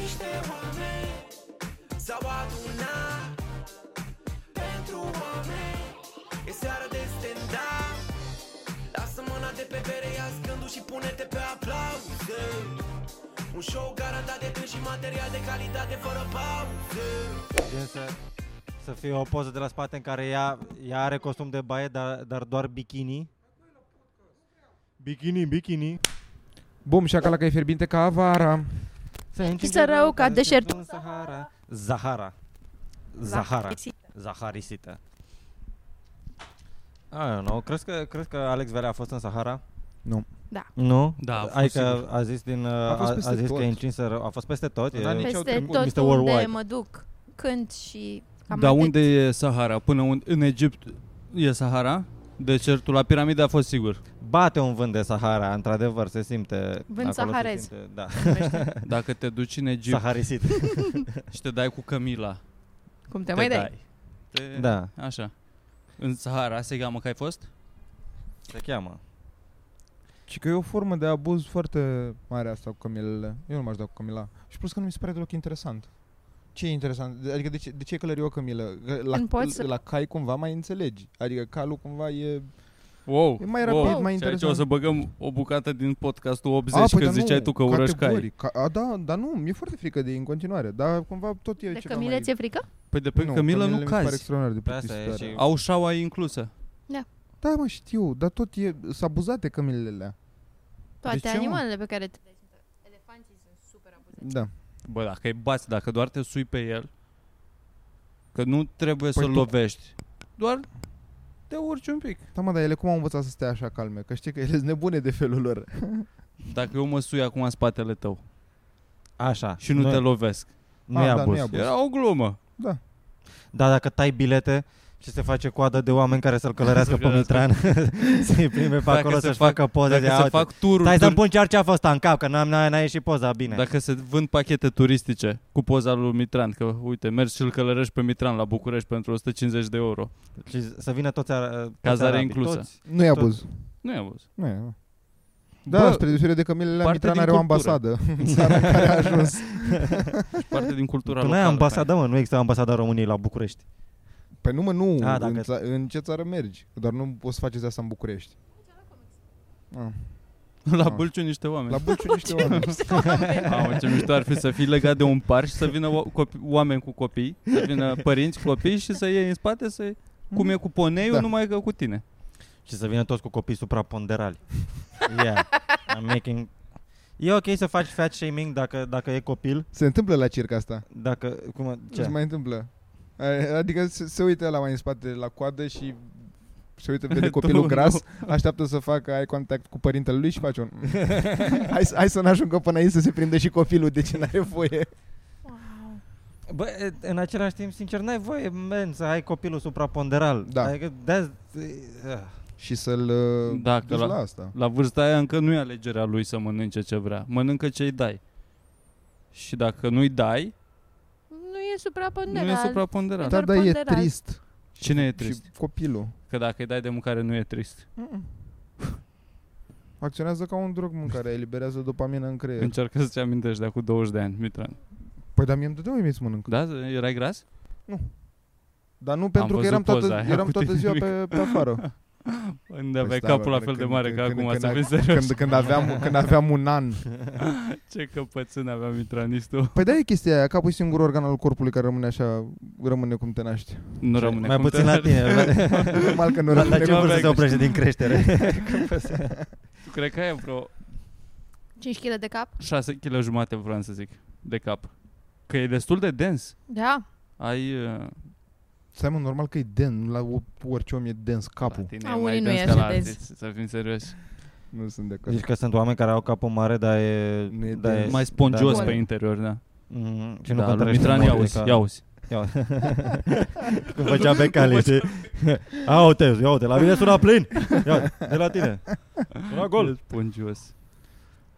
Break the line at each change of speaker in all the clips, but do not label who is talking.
niște oameni S-au adunat Pentru oameni E seară de stand-up Lasă mâna de pe bere, ia scândul și pune-te pe aplauze Un show garantat de tâns și material de calitate fără pauze
Gen să, să fie o poză de la spate în care ea, ea are costum de baie, dar, dar doar bikini. Bikini, bikini.
Bum, și acala că e fierbinte ca avara.
Să încinge
să rău
râul
ca
care se
deșertul.
află
Da.
în Sahara. Zahara. Zahara. Zaharisită. Ah, nu, crezi că, crezi că Alex Velea a fost în Sahara?
Nu.
Da.
Nu?
Da, a fost
adică
sigur.
a zis din uh, a,
fost
a,
peste
zis
tot.
că e încins să rău. a fost peste tot.
În
e-
Da,
anii
Deci
Nici au
Peste
trecut.
tot
Mr.
unde
Worldwide.
mă duc, cânt și cam
Dar
atât.
Da, unde e Sahara? Până unde? În Egipt e Sahara? Decertul la piramide a fost sigur.
Bate un vânt de Sahara, într-adevăr, se simte.
Vânt
acolo se
saharez.
simte, Da.
se numește?
Dacă te duci în Egipt
Saharisit.
și te dai cu Camila,
Cum te,
te
mai dai?
dai. Te...
da,
Așa. În Sahara se cheamă că ai fost?
se cheamă.
Și că e o formă de abuz foarte mare asta cu Camilele. Eu nu m-aș da cu Camila. Și plus că nu mi se pare deloc interesant. Ce e interesant? De- Adică de ce, de ce e călăriu Camila? Că La,
Când poți să-
la cai cumva mai înțelegi. Adică calul cumva e...
Wow.
E mai rapid,
wow.
mai
Și aici
interesant.
o să băgăm o bucată din podcastul 80 a, când
păi, dar
ziceai
nu,
tu că urăști cai.
categoric. Ca, a, da, dar nu, mi-e foarte frică de ei în continuare. Dar cumva tot e
De
ceva
Cămile
mai...
ți-e frică?
Păi de pe
nu,
Camila
Camilele
nu
mi se pare
cazi.
extraordinar de
Pe asta e
plictisitoare.
și-
Au șaua inclusă.
Da, mă, știu, dar tot e... S-a abuzate Camilele alea.
Toate
ce, mă?
animalele pe care te dai. Elefanții sunt super abuzați.
Da.
Bă, dacă îi bați, dacă doar te sui pe el, că nu trebuie
Păi
să-l
tu-
lovești, doar te urci un pic.
Da, mă, dar ele cum au învățat să stea așa calme? Că știi că ele sunt nebune de felul lor.
Dacă eu mă sui acum în spatele tău
Așa.
și nu,
Da.
te lovesc.
nu,
Ah,
e
da, nu
abuz.
e abuz.
Era o glumă.
Da, dacă tai bilete și se face coadă de oameni care să-l călărească
Să-l
pe Mitran, să-i prime pe
Dacă
acolo
se
să-și
fac-
facă poze de
Dacă se
auto.
fac tururi,
Stai să-mi
tur-
pun chiar ce a fost în cap, că n-am, n-a, n-a ieșit poza bine.
dacă se vând pachete turistice cu poza lui Mitran, că uite, mergi și îl călărești pe Mitran la București pentru 150 de euro.
Și să vină toți, ara- toți
Cazare
arabii,
inclusă.
Toți.
Nu e
Tot-
abuz.
Nu e avut.
Nu e, nu. Da, Bă, spre deosebire de Camilele la
parte
Mitran
din
are o
cultură.
ambasadă în țara în care a ajuns.
parte din cultura
Tu nu ai
locală,
ambasada, mă, nu există ambasada României la București.
Păi nu mă, nu,
A,
A,
dacă-
în, ța- în ce țară mergi? Doar nu o să faceți asta în București. Ah.
hai. La
Ah.
Bâlciu niște oameni.
La Buciu niște oameni.
Mamă, ce mișto ar fi să fii legat de un par și să vină o- copi- oameni cu copii, să vină părinți cu copii și să iei în spate, să cum e cu poneiul,
Da.
numai că cu tine.
Și să vină toți cu copii supraponderali. Yeah, I'm making... E ok să faci fat shaming dacă, dacă e copil,
Se întâmplă la circa asta.
dacă... Cum,
Ce
ce?
se mai întâmplă? A- Adică se, se uită la mai în spate la coadă și se uită, vede copilul
Tu,
gras, așteaptă să facă ai contact cu părintele lui și face un... hai, să- hai să n-ajungă până aici să se prindă și copilul, de ce n-are voie?
Wow.
Bă, e- în același timp, sincer, n-ai voie, men, să ai copilul supraponderal.
Da.
Adică, that's... Uh,
Și să-l uh,
Dacă
duci
la-
la... la asta.
La vârsta aia încă nu e alegerea lui să mănânce ce vrea. Mănâncă ce-i dai. Și dacă nu-i dai,
Nu e supraponderal.
nu e supraponderat.
Da.
Da,
doar
dar e
ponderal.
trist.
Cine e
trist.
trist?
Și copilul.
Că dacă îi dai de mâncare nu e trist.
Acționează ca un drog mâncare, eliberează dopamină în creier.
Încearcă să-ți amintești de acum 20 de ani, Mitran.
Păi dar mie îmi dădeau ei mie să mănânc.
Da? Erai gras?
Dar nu pentru că
văzut
eram
poza
toată,
aia
eram
cu
toată
tine
ziua
mic.
pe, pe afară.
Unde aveai
stai, bă,
capul la
Păi
fel
da, când-
de
când-
mare ca
când-
acum,
când-
să fim
când-
serios.
Când, când, aveam, când aveam un an.
Ce căpățân avea Mitranistul.
Păi da, e chestia aia, capul e singurul organ al corpului care rămâne așa, rămâne cum te naști.
Nu rămâne
Mai
cum
puțin
te-
la tine.
Normal că nu
Dar
rămâne
la ce
cum
vârstă
aveai
se oprește din creștere?
Tu cred că ai vreo
5 kg de cap?
6 kg jumate, vreau să zic, de cap. Că e destul de dens.
Da.
Ai uh,
Stai mă, normal că e den, la o- orice om e dens capul.
La tine
A,
e mai
unii nu
dens
e
ca
așa
la
dens.
alții, să fim serioși.
Nu sunt de acord.
Zici că sunt oameni care au capul mare, dar e...
Nu e
dar
de-
Mai spongios
da,
pe
da.
interior, da.
Mhm, Și
Ce
nu
da, lui
cântărește
Mitran,
mult
ia
de
uzi,
ca-
ia uzi.
Ia- Când făcea becale, știi? Ia uite, ia uite, la mine sună plin. Ia uite, de la tine. Sună gol.
E Spongios.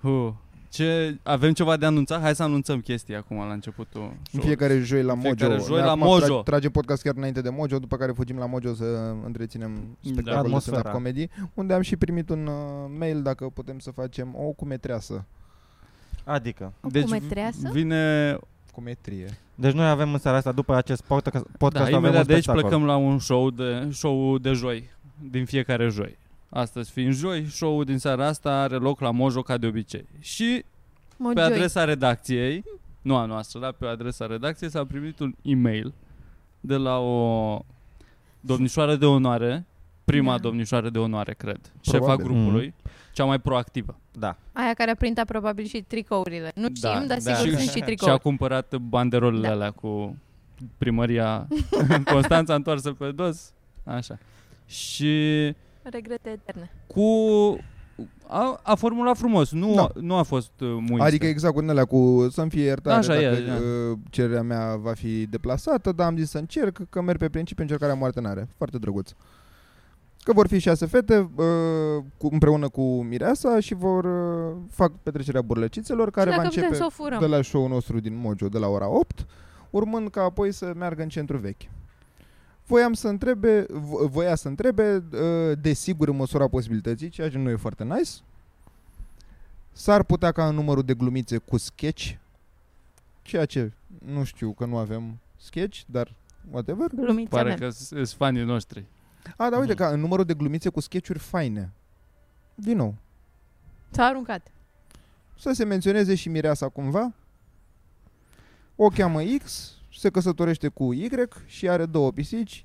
Huh. Ce, avem ceva de anunțat? Hai să anunțăm chestii acum la începutul
În
show-ului.
fiecare joi la
În fiecare
Mojo.
joi
Noi
la
acum
Mojo.
tra- Trage podcast chiar înainte de Mojo, după care fugim la Mojo să întreținem
Da,
spectacolul de
Atmosfera.
stand-up comedy, unde am și primit un uh, mail dacă putem să facem o cumetreasă.
Adică.
Deci
Cum e treasă?
vine
Cu metrie.
Deci noi avem în seara asta, după acest podcast,
da,
podcast avem un
imediat de aici
spectacol.
plecăm la un show de, show de joi, din fiecare joi. Astăzi fiind joi, show-ul din seara asta are loc la Mojo ca de obicei. Și
Mă
pe
joy.
adresa redacției, nu a noastră, dar pe adresa redacției s-a primit un e-mail de la o domnișoară de onoare, prima
Da.
domnișoară de onoare, cred, șefa
Probabil.
grupului,
Mhm.
cea mai proactivă.
Da.
Aia care a printat probabil și tricourile. Nu știm,
Da,
dar
da.
sigur
Și-
sunt și
Și a
tricouri.
cumpărat banderolele
Da.
alea cu primăria Constanța întoarsă pe dos. Așa. Și
Regrete eterne.
cu... A, a formulat frumos, nu,
Da.
a, nu a fost uh, muinte.
Adică exact cu din alea cu să-mi fie iertare
Așa
dacă
e, da.
uh, cererea mea va fi deplasată, dar am zis să încerc, că merg pe principiu încercarea moarte n-are. Foarte drăguț. Că vor fi șase fete uh, cu, împreună cu Mireasa și vor uh, fac petrecerea burlăcițelor care
și
va
dacă putem
începe
să o furăm.
de la show-ul nostru din Mojo de la ora 8, urmând ca apoi să meargă în centru vechi. Voiam să întrebe, vo- voia să întrebe, uh, desigur în măsura posibilității, ceea ce nu e foarte nice, s-ar putea ca în numărul de glumițe cu sketch, ceea ce nu știu că nu avem sketch, dar whatever.
Glumița
Pare
mea.
că sunt fanii noștri.
A, da, uite,
Mhm.
ca în numărul de glumițe cu sketch-uri faine. Din nou,
S-a aruncat.
Păi
să se menționeze și mireasa cumva. O cheamă X, se căsătorește cu Y și are două pisici.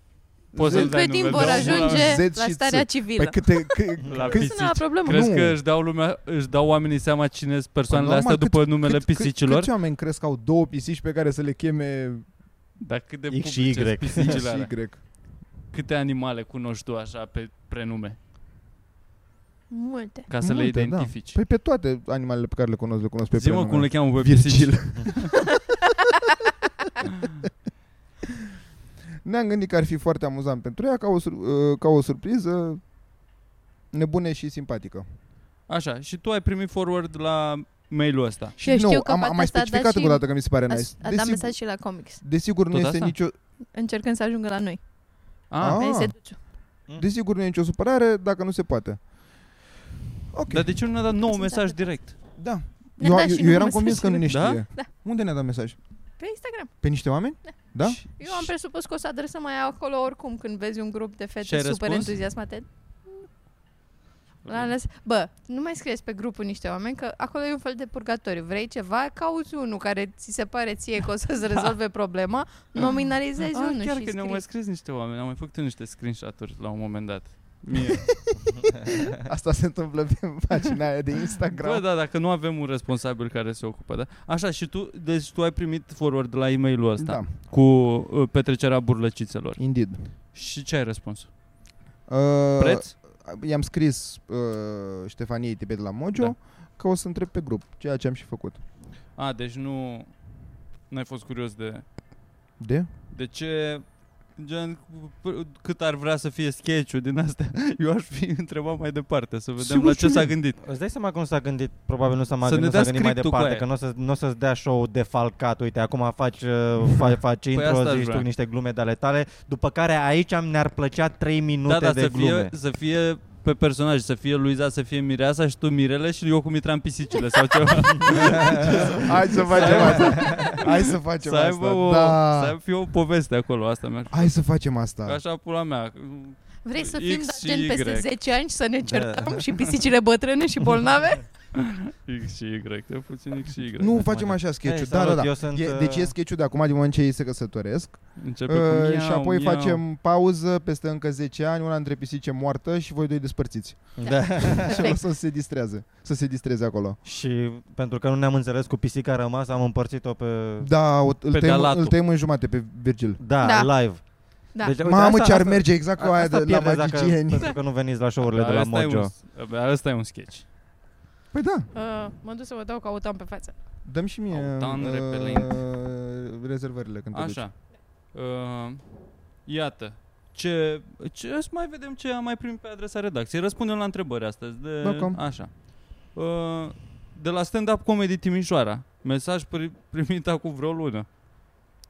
Poți
Z-
să-l dai
Cât timp
numele
vor
de om
Z
ajunge la
și
starea
Ț.
civilă?
Păi câte, câ,
La
câți-
pisici.
Nu e problemă.
Crezi
Nu.
că își dau, lumea, își dau oamenii seama cine sunt persoanele
Păi Normal,
astea după numele
cât- cât-
pisicilor?
Câți oameni crezi că au două pisici pe care să le cheme
Dar cât de
X și
publice
Y.
sunt pisicile
și
alea?
Y?
Câte animale cunoști tu așa pe prenume?
Multe.
Ca să
Multe,
le
da.
identifici.
Păi pe toate animalele pe care le cunosc, le cunosc pe
Zi-mă
prenume.
cum le cheamă pe pisici.
Virgil. Ne-am gândit că ar fi foarte amuzant pentru ea ca o, sur- uh, ca o surpriză nebune și simpatică.
Așa, și tu ai primit forward la mailul ăsta.
Și
Eu
din nou,
știu că
am,
poate
am mai
s-a dat
specificat
și-
încă o dată că mi se pare
A,
nice.
a dat mesaj și la comics,
desigur nu
Tot
este
asta?
nicio
încercând să ajungă la noi.
Ah,
Ah.
Pe seduciu.
Mm.
desigur nu e nicio supărare dacă nu se poate. Ok.
dar de ce nu ne-a dat nou
Sunt
mesaj
atât.
direct?
Da.
Ne-a
Eu,
dat
eu,
și
eu
nouă
eram convins că nu ne
mesajele.
Da?
știe.
Da.
Unde ne-a dat mesaj?
Pe Instagram.
Pe niște oameni? Da?
Și-
Eu am presupus că o să adresăm mai acolo oricum când vezi un grup de fete
Și ai
super
răspuns?
entuziasmate. La ales, bă, nu mai scrieți pe grupul niște oameni că acolo e un fel de purgatoriu. Vrei ceva? Cauți unul care ți se pare ție că o să-ți rezolve problema, nominalizezi
Da. Ah,
unul
chiar
și
că ne-au
scrii.
mai scris niște oameni, am mai făcut eu niște screenshot-uri la un moment dat. Mie.
Asta se întâmplă pe pagina aia de
Da. Bă,
Instagram.
da, dacă nu avem un responsabil care se ocupă, da? Așa, și tu, deci tu ai primit forward la e-mailul ăsta
da.
cu uh, petrecerea burlăcițelor.
Indeed.
Și ce ai răspuns?
Uh,
Preț?
I-am scris uh, Ștefaniei Tibet la Mojo
Da.
da. că o să întreb pe grup, ceea ce am și făcut.
A, deci nu... N-ai fost curios de...
De?
De ce... Gen, p- cât ar vrea să fie sketch-ul din astea? Eu aș fi întrebat mai departe, să vedem
Sigur
la ce
știu
s-a
eu.
gândit.
Îți dai seama cum s-a gândit, probabil nu s-a, mai
Să
gândit,
ne
nu
dea
s-a gândit mai
scriptul cu
departe,
aia.
că nu o, să, nu o să-ți dea show defalcat, uite, acum faci, uh, fa, faci intro,
asta aș
zici
Păi vrea.
tu niște glume de ale tale, după care aici am- ne-ar plăcea 3 minute
da, da,
de
să
glume.
fie, să fie pe personaj, să fie Luiza, să fie Mireasa și tu Mirele și eu cu Mitran pisicile sau ceva.
Hai să facem asta. Hai să facem
să aibă
asta.
o,
da.
să fie o poveste acolo, asta mi-ar
Hai să facem asta.
Că
Așa.
Așa pula mea.
Vrei să
X
fim
și
gen peste
Y. Da.
10 ani și să ne certăm și pisicile bătrâne și bolnave?
X și Y, de puțin X și Y.
Nu facem așa
Hei,
sketch-ul. Da,
salut,
da, da.
eu sunt,
E, deci e
uh,
sketch-ul de acum, din moment ce ei se căsătoresc.
Începe cu
Uh,
miau,
și apoi
miau.
facem pauză peste încă 10 ani, una între pisice moartă și voi doi despărțiți.
Da.
Și o să se distrează. Să se distreze acolo.
Și pentru că nu ne-am înțeles cu pisica a rămas, am împărțit-o pe...
Da, o, îl, tăiem,
Pedalatul.
îl tăiem în jumate pe Virgil.
Da,
Da.
live.
Da.
Deci, uite,
Mamă,
asta-
ce ar
asta-
merge exact cu aia
asta
de la
pierdeți dacă-
magicieni.
Pentru că nu veniți la show-urile
Dar
de la
Da, ăsta e
Mojo.
un- dar Ăsta e un sketch.
Păi da.
Uh, mă duc să mă dau că autam pe față.
Dăm și mie
Autan,
uh,
repelent.
rezervările când te duci.
Așa. Uh, iată. Ce, ce, să mai vedem ce am mai primit pe adresa redacției. Răspundem la întrebări astăzi. De,
Da, cam.
Așa. Uh, de la stand-up comedy Timișoara. Mesaj pri, primit acum vreo lună.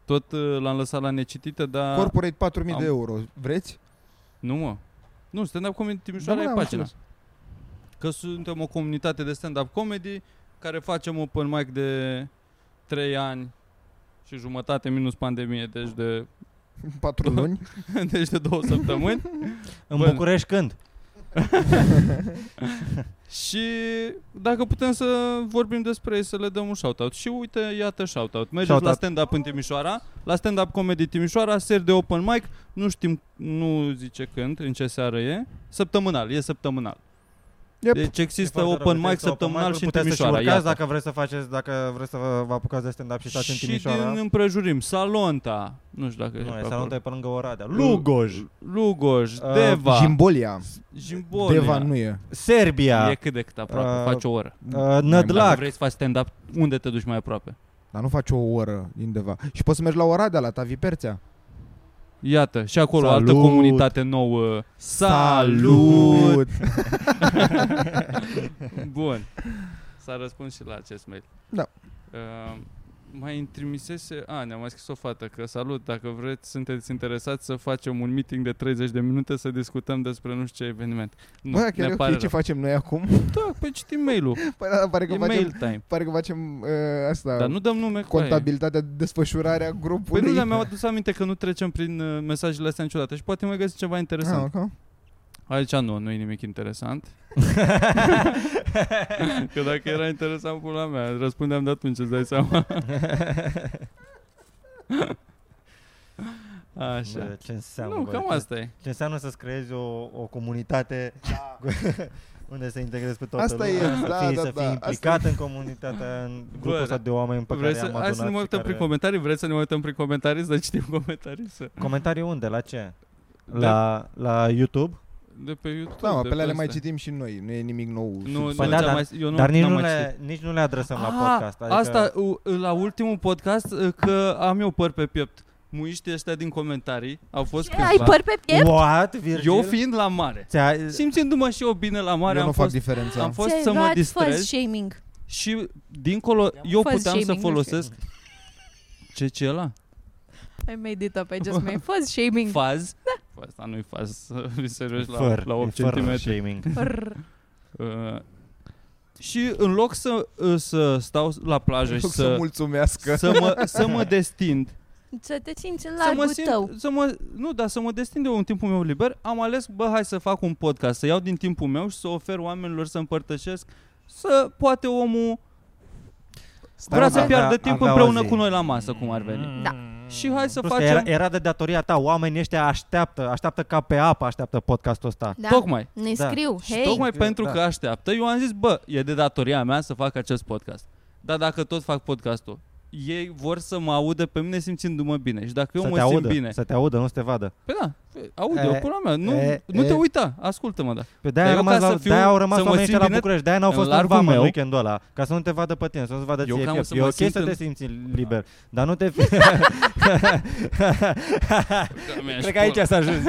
Tot uh, l-am lăsat la necitită, dar...
Corporate 4000 de
Am-
euro. Vreți?
Nu, mă. Nu,
Da,
stand-up comedy Timișoara
mă,
e
am
pagina.
înțeles.
Că suntem o comunitate de stand-up comedy care facem open mic de 3 ani și jumătate minus pandemie, deci de,
Patru luni.
deci de două săptămâni.
În
Bun.
București când?
Și dacă putem să vorbim despre ei, să le dăm un shout-out. Și uite, iată shout-out. Mergeți
Shout-out.
la stand-up în Timișoara, la stand-up comedy Timișoara, seri de open mic, nu știm, nu zice când, în ce seară e, săptămânal, e săptămânal.
Yep.
Deci există
E foarte
open
rău,
mic
există open
săptămânal
mic-uri,
și în
puteți să-și
Timișoara.
urcați
iată.
dacă vreți să faceți, dacă vreți să vă vă apucați de stand-up și stați în
și
Timișoara.
din împrejurim, Salonta, nu știu dacă
Nu,
pe
e
acolo.
Salonta e pe lângă Oradea. Lugoj,
Lugoj,
Uh,
Deva,
Jimbolia.
Jimbolia.
Deva nu e.
E
Serbia,
cât de cât aproape,
Uh,
faci o oră.
uh,
Dacă
Nădlac.
vrei să faci stand-up, unde te duci mai aproape?
Dar nu faci o oră din Deva. Și poți să mergi la Oradea, la Taviperțea.
Iată, și acolo
Salut!
altă comunitate nouă. Bun. S-a răspuns și la acest mail.
Da.
Uh, mai îmi trimisese... A, ne-a mai scris o fată că salut, dacă vreți, sunteți interesați să facem un meeting de 30 de minute să discutăm despre nu știu ce eveniment. Nu,
Bă, dar chiar
ne
e
pare
ok ce
rău.
facem noi acum?
Da, păi citim mail-ul.
Păi da, pare că
E
facem,
mail time.
pare că facem uh, asta,
Dar nu dăm nume cu aia.
contabilitatea, desfășurarea
Păi
grupului.
nu, dar mi-am adus aminte că nu trecem prin uh, mesajele astea niciodată și poate mai găsim ceva interesant.
Ah, ok.
Aici nu, nu e nimic interesant. că dacă era interesant, pula mea, răspundeam de atunci, îți dai seama. Așa.
Bă, Ce înseamnă?
Nu,
bă,
cam
ce-
asta e.
Ce înseamnă să-ți creezi o, o comunitate unde să integrezi pe toată
Da. Asta e,
lumea,
da,
să fii,
da,
să fii
da, asta
implicat în comunitatea, aia, în grupul
Bă,
ăsta de oameni pe
Vrei
care
să,
i-am adunat.
hai să ne mai
și
uităm
care...
prin comentarii? Vreți să ne mai uităm prin comentarii? Să citim comentarii? Să...
Comentarii unde? La ce?
De-
La, la YouTube?
De pe YouTube.
Da, mă,
de
pe alea le mai
astea.
citim și noi, nu e nimic nou.
Nu, nu,
Păi
da,
da,
dar,
dar-
mai, eu nu,
Dar nici
n-am
nu,
mai citit.
le, nici nu le adresăm la
Ah,
podcast. Adică
Asta, u- la ultimul podcast, uh, că am eu păr pe piept. Muiștii ăștia din comentarii au fost
Ce, ai păr pe piept?
What, Virgil?
Eu fiind la mare.
Ți-a...
Simțindu-mă și eu bine la mare,
Eu nu
am
fac
fost,
diferența.
am fost
Ți-ai
să mă
luat fuzz
distrez
shaming.
și dincolo eu
Fuzz
puteam să
shaming, nu
folosesc ce ce e ăla?
I made it up, I just made fuzz shaming.
Faz?
Da.
Faz, Asta nu-i faz, să fii serios la,
Făr,
la 8
e făr
cm.
shaming.
Rrr.
Uh, și în loc să, uh, să stau la plajă și
Loc să
să,
mulțumească.
să, mă, să mă destind,
Să te simți în
să mă
largul tău.
să mă, nu, dar să mă destind eu în timpul meu liber, am ales, bă, hai să fac un podcast, să iau din timpul meu și să ofer oamenilor să împărtășesc, să poate omul
Stai,
vrea
mă,
să
da.
avea-
piardă timp
avea o
împreună
zi.
cu noi la masă, cum ar veni.
Mm.
Da.
Și hai să
Plus că
facem,
era, era de datoria ta, oamenii ăștia așteaptă, așteaptă ca pe apă, așteaptă podcastul ăsta.
Da.
tocmai,
Ne
Da.
scriu,
și
hei.
tocmai
Da.
pentru că așteaptă, eu am zis, bă, e de datoria mea să fac acest podcast. Dar dacă tot fac podcastul, ei vor să mă audă pe mine simțindu-mă bine. Și dacă eu
să
mă
te
simt
audă,
bine,
să te audă, nu să te vadă.
păi da, aude,
E,
e, pula mea, nu,
e,
nu te
e.
uita, ascultă-mă, da.
Pe
Dar
de-aia,
eu
rămas
ca
la,
să fiu-
de-aia au rămas
să mă
oamenii
simt
ăștia la
bine
București, de-aia n-au
în
fost în
largul
vamă
meu.
în weekendul ăla, ca să nu te vadă pe tine, să nu-ți vadă
Eu
ție
cam
piept.
să
E
mă
ok
simt
să
în-
te simți liber, dar nu te... fi-
Da,
Cred că aici s-a ajuns.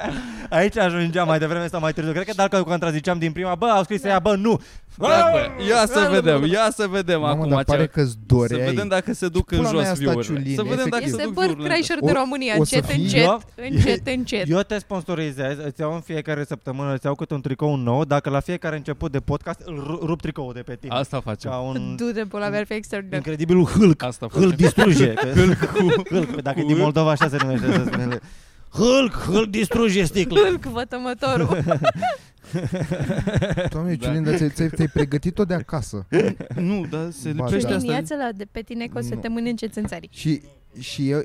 aici ajungeam mai devreme sau mai târziu. Cred că dacă o contraziceam din prima, bă, au scris ea, bă, nu.
Da, bă, ia să vedem, ia să vedem
Mamă,
acum
dar pare
ce...
că-ți
Să
doreai.
vedem dacă se duc în
Pula mea
jos
asta,
view-urile.
Ciulin,
Să vedem dacă
efectiv.
se
Este
duc
bird
view-urile.
crasher
O-
de România,
o să
încet,
fii-
Eu-
încet, încet, încet.
Eu te sponsorizez, îți iau în fiecare săptămână, îți iau câte un tricou nou. Dacă la fiecare început de podcast, îl ru- rup tricoul de pe tine.
Asta facem.
Ca un
Du-te, pula mea, ar fi extraordinar.
incredibilul Hulk.
Asta
Hulk
facem.
distruge. că- Hulk, că dacă e din
Hulk.
Moldova așa se numește să spune. Hulk, Hulk distruge sticla.
Hulk, vătămătorul.
Doamne,
Da.
Ciulin, dar ți-ai, ți-ai, ți-ai pregătit-o de acasă.
Nu, dar se
Ba,
lipește
da.
asta.
Liniața la de pe tine că o să
Nu.
te mănânce țânțarii.
și, și eu...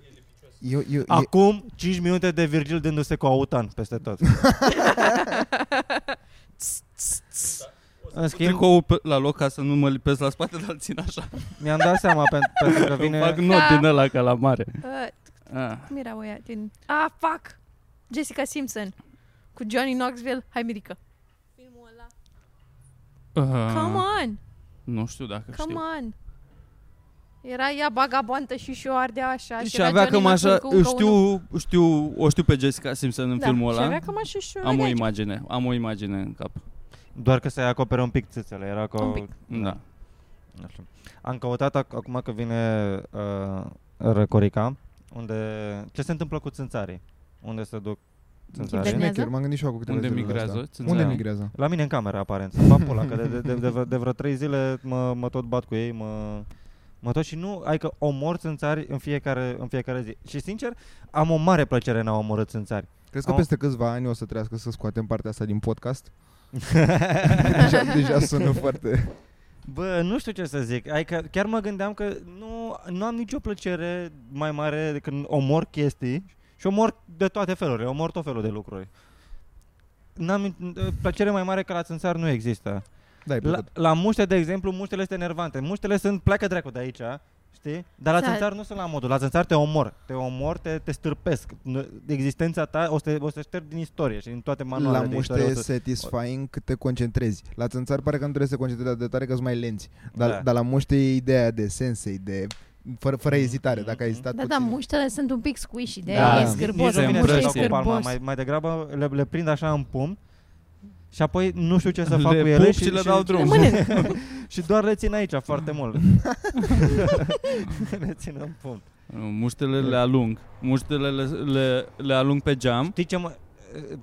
Eu, eu, eu,
Acum 5 minute de Virgil dându-se cu autan peste tot. În schimb,
Tricoul pe- la loc ca să nu mă lipesc la spate, dar îl țin așa.
mi-am dat seama pen- pentru că
Vine... Fac
vine...
not
Da.
din ăla ca la mare.
Uh,
Ah.
cum era oia din... Ah, fuck! Jessica Simpson. Cu Johnny Knoxville. Hai, Mirica. Filmul ăla. Come on!
Nu Ah, știu dacă
Come
știu.
on! Era ea bagaboantă și și o ardea așa.
Și
era
Deci avea
Johnny
cam așa,
Knoxville cu încă unul.
știu, știu, o știu pe Jessica Simpson în
da,
filmul
Și
ăla.
avea cam așa și o
Am o
ardea.
imagine, am o imagine în cap.
Doar că se acoperă un pic țâțele, era ca...
Un pic.
Da.
Nu știu. Am căutat ac- acum că vine uh, Răcorica, unde... Ce se întâmplă cu țânțarii? Unde se duc Țânțare.
Hibernează?
Șmecher, m-am gândit și eu cu câteva
Unde
zile la
migrează?
asta.
Țânțara.
Unde migrează?
La mine în cameră, aparent. Să fac pula, că de, de, de, de, vreo- de vreo trei zile mă, mă tot bat cu ei, mă, mă tot și nu, adică omor țânțari în fiecare, în fiecare zi. Și sincer, am o mare plăcere în a omorâ țânțari.
Crezi că
Au-
peste câțiva ani o să trească să scoatem partea asta din podcast? deja, deja sună foarte...
Bă, nu știu ce să zic. Adică chiar mă gândeam că nu, nu am nicio plăcere mai mare decât când omor chestii și omor de toate felurile, omor tot felul de lucruri. N-am, uh, plăcere mai mare ca la țânțar nu există.
Da,
La, la muște, de exemplu, muștele este nervante. Muștele sunt, pleacă dracu de aici, știi? Dar la
Da.
țânțar nu sunt la modul. La țânțar te omor. Te omor, te, te stârpesc. N- Existența ta o să, te- o să ștergi din istorie și din toate
la
manualele de
muște
istorie. o
e
să-
satisfying cât te concentrezi. La țânțar pare că nu trebuie să te concentrezi atât de tare că sunt mai lenți. Dar,
Da.
da. dar la muște e ideea de sensei, de fără,
Mm-hmm.
fără ezitare,
Mhm,
dacă ai
mhm.
ezitat
Da,
puțin.
da, muștele sunt un pic squishy, de
Da.
da. e
Nici-
Nici
scârbos,
nu vine
muște
să
muște e
dau cu palma,
scârbos.
mai, mai degrabă le, le prind așa în pumn și apoi nu știu ce să fac
Le
cu ele
pup
și,
și le dau
Le
drum.
mănânc.
și doar le țin aici foarte mult. le țin în pumn.
Nu, Muștele le alung. Muștele le, le, le alung pe geam.
Știi ce mă,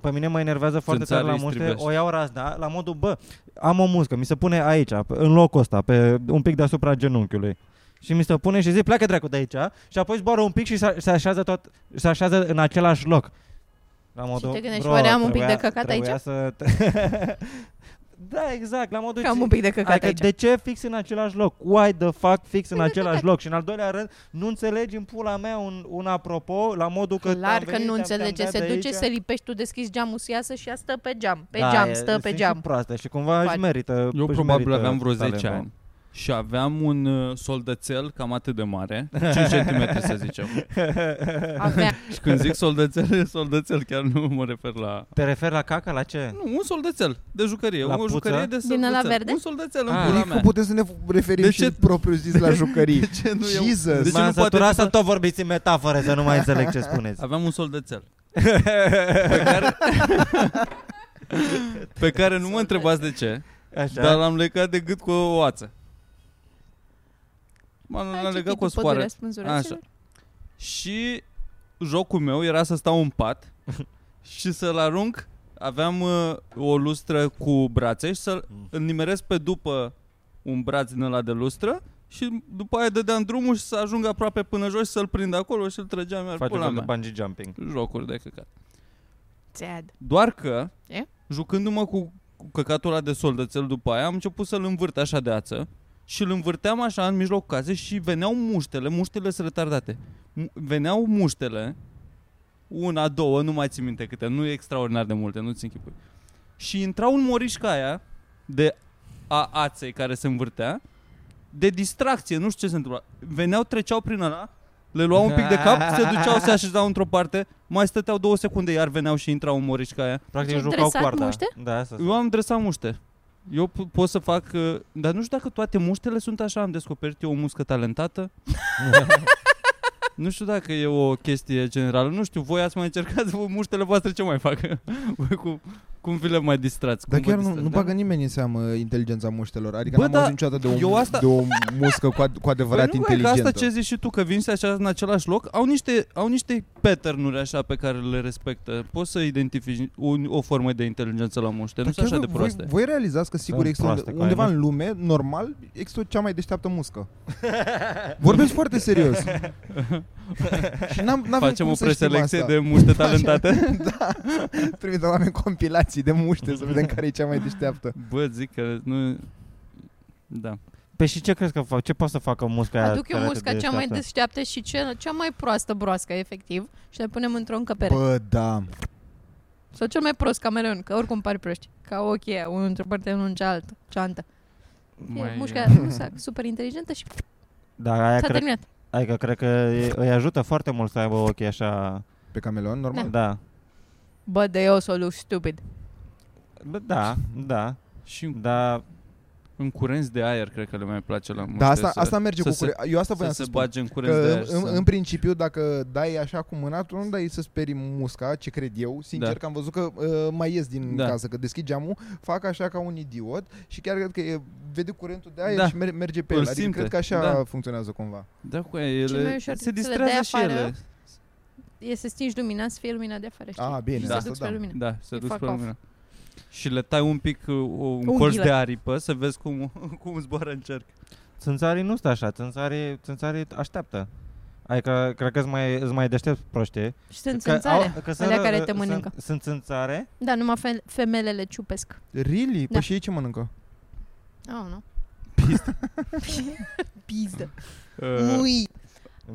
pe mine mă enervează foarte tare
Țânțarii
la
îi
muște,
strivește.
o iau razna, la modul, bă, am o muscă, mi se pune aici, pe- în locul ăsta, pe, un pic deasupra genunchiului. Și mi se pune și zic, pleacă dracu de aici, și apoi zboară un pic și se, se, așează, tot, se așează în același loc. La modul,
te gândești,
bro,
oare am un pic de
trebuia-
căcat
trebuia
aici?
Să da, exact, la modul...
Că am un pic de căcat
Adică
aici.
de ce fix în același loc? Why the fuck fix în
Păi de
același
căcat.
loc? Și în al doilea rând, nu înțelegi în pula mea un, un apropo la modul că
Clar
te-am
că
venit,
nu
te-am- te-am
înțelege,
dat
se
de
duce,
aici.
se lipești, tu deschizi geamul, se iasă și ea stă pe geam. Pe
Da,
geam,
e-
stă pe
sunt Și
geam.
proastă și cumva își
Faci.
merită.
Eu
își
probabil
Păi merită
aveam vreo
talentul.
10 ani. Și aveam un uh, soldățel cam atât de mare,
da.
5 cm să zicem.
Avea.
Și când zic soldățel, e soldățel, chiar nu mă refer la...
Te referi la caca, la ce?
Nu, un soldățel de jucărie,
La
o
puță?
jucărie de soldățel.
ăla verde?
Un soldățel în
Ah.
pula
Rico,
mea.
putem să ne referim
De
și
ce-
propriu zis la jucării.
De ce nu e-
Jesus.
De ce
M-am
nu poate
săturat
fi-
să tot vorbiți în metafore, să nu mai înțeleg ce spuneți.
Aveam un soldățel. pe care... pe care nu mă întrebați de ce,
Așa.
dar l-am legat de gât cu o oață. M-am
Ai
l-am
citit
legat cu o
după
scoară.
durerea spânzurațelor?
Așa. Și jocul meu era să stau în pat și să-l arunc. Aveam uh, o lustră cu brațe și să-l
Mm.
îl nimeresc pe după un braț din ăla de lustră și după aia dădeam drumul și să ajung aproape până jos și să-l prind acolo și îl trăgeam iar
Faci un
pula
fel de
mea.
bungee jumping.
Jocuri de căcat.
Țead.
Doar că,
E?
jucându-mă cu cu căcatul ăla de soldățel după aia, am început să-l învârt așa de ață și îl învârteam așa în mijlocul casei și veneau muștele, muștele sunt retardate. Mu- Veneau muștele, una, două, nu mai țin minte câte, nu e extraordinar de multe, nu țin chipui. Și intrau în morișca aia de a aței care se învârtea, de distracție, nu știu ce se întâmpla. Veneau, treceau prin ăla, le luau un pic de cap, se duceau, se așezau într-o parte, mai stăteau două secunde, iar veneau și intrau în morișca aia.
Practic
Ce-ai
jucau
dresat
coarda.
muște?
Da, asta.
Eu am dresat muște. Eu p- pot să fac, uh, dar nu știu dacă toate muștele sunt așa, am descoperit eu o muscă talentată. nu știu dacă e o chestie generală, nu știu, voi ați mai încercat voi- muștele voastre ce mai fac? voi cum, cum vi le mai distrați?
Dar
cum vă
chiar nu,
distrați,
nu
da?
bagă nimeni în seamă inteligența muștelor. Adică
Bă,
n-am
da,
auzit niciodată de
eu
o,
asta-
de o muscă cu, ad- cu
Păi
adevărat
nu, e că
inteligentă.
asta ce zici și tu, că vin și așa în același loc, au niște, au niște pattern-uri așa pe care le respectă. Poți să identifici un, o formă de inteligență la muște, nu
Dar
sunt
chiar
așa de
voi-
proaste.
Voi realizați că sigur
Sunt
există unde-
proaste, că
undeva
ai,
în lume, normal, există cea mai deșteaptă muscă. Vorbesc foarte serios. Și n-am, n-avem
Facem
cum
o
să știm
preselecție
asta.
de muște talentate.
Trimitem oameni compilații de muște să vedem care e cea mai deșteaptă.
Bă, zic că nu... Da.
Pe Păi și ce crezi că fac? Ce poate să facă musca aia?
Aduc eu
care te
musca cea mai
Da, deșteaptă?
deșteaptă și cea, cea mai proastă broască, efectiv, și le punem într-o încăpere.
Bă, da.
Sau cel mai prost cameleon, că oricum pari proști. Ca ochii aia, unul într-o parte, unul în cealaltă. Ceantă. Mai... Mușca, nu sac, super inteligentă și
Da, aia
s-a
cred,
terminat.
adică cred că îi- îi ajută foarte mult să aibă ochii așa...
Pe cameleon, normal.
Da.
Bă, de eu solu stupid.
Bă, Da, da,
Și în,
da.
în curenți de aer, cred că le mai place la muște.
Dar Da, asta,
să,
asta merge
să
cu
se-
cure... Eu asta
să,
voiam să,
se
spun.
bage în curenți de
Că
aer.
în,
să...
în principiu, dacă dai așa cu mâna, tu nu dai să speri musca, ce cred eu. Sincer
Da.
că am văzut că uh, mai ies din
Da.
casă, că deschid geamul, fac așa ca un idiot și chiar cred că e, vede curentul de aer
Da.
și mer- merge pe
Îl
el. Adică
simte.
cred că așa
Da.
funcționează cumva.
Da, cu
Cel mai
ele
ușor
se
să le dai
distrează și
afară.
ele.
e să stingi lumina, să fie lumina de afară, știi?
A, bine,
Și să
da.
duc
asta
spre
da.
lumină.
Da, să
E
duci
fuck
pe
off.
lumină. Și le tai un pic uh, un colț
Unghiile.
de aripă să vezi cum, cum zboară în cerc.
Țânțarii nu stă așa, țânțarii, țânțarii așteaptă. Adică, cred că îți mai, îți mai deștept proște.
Și sunt țânțare, alea care te mănâncă.
Sunt, sunt țânțare,
Da, numai fe- femelele le ciupesc.
Really?
Da.
Păi și ei ce mănâncă?
Oh, nu.
Pizdă.
Pizdă.
Uh,
Mui.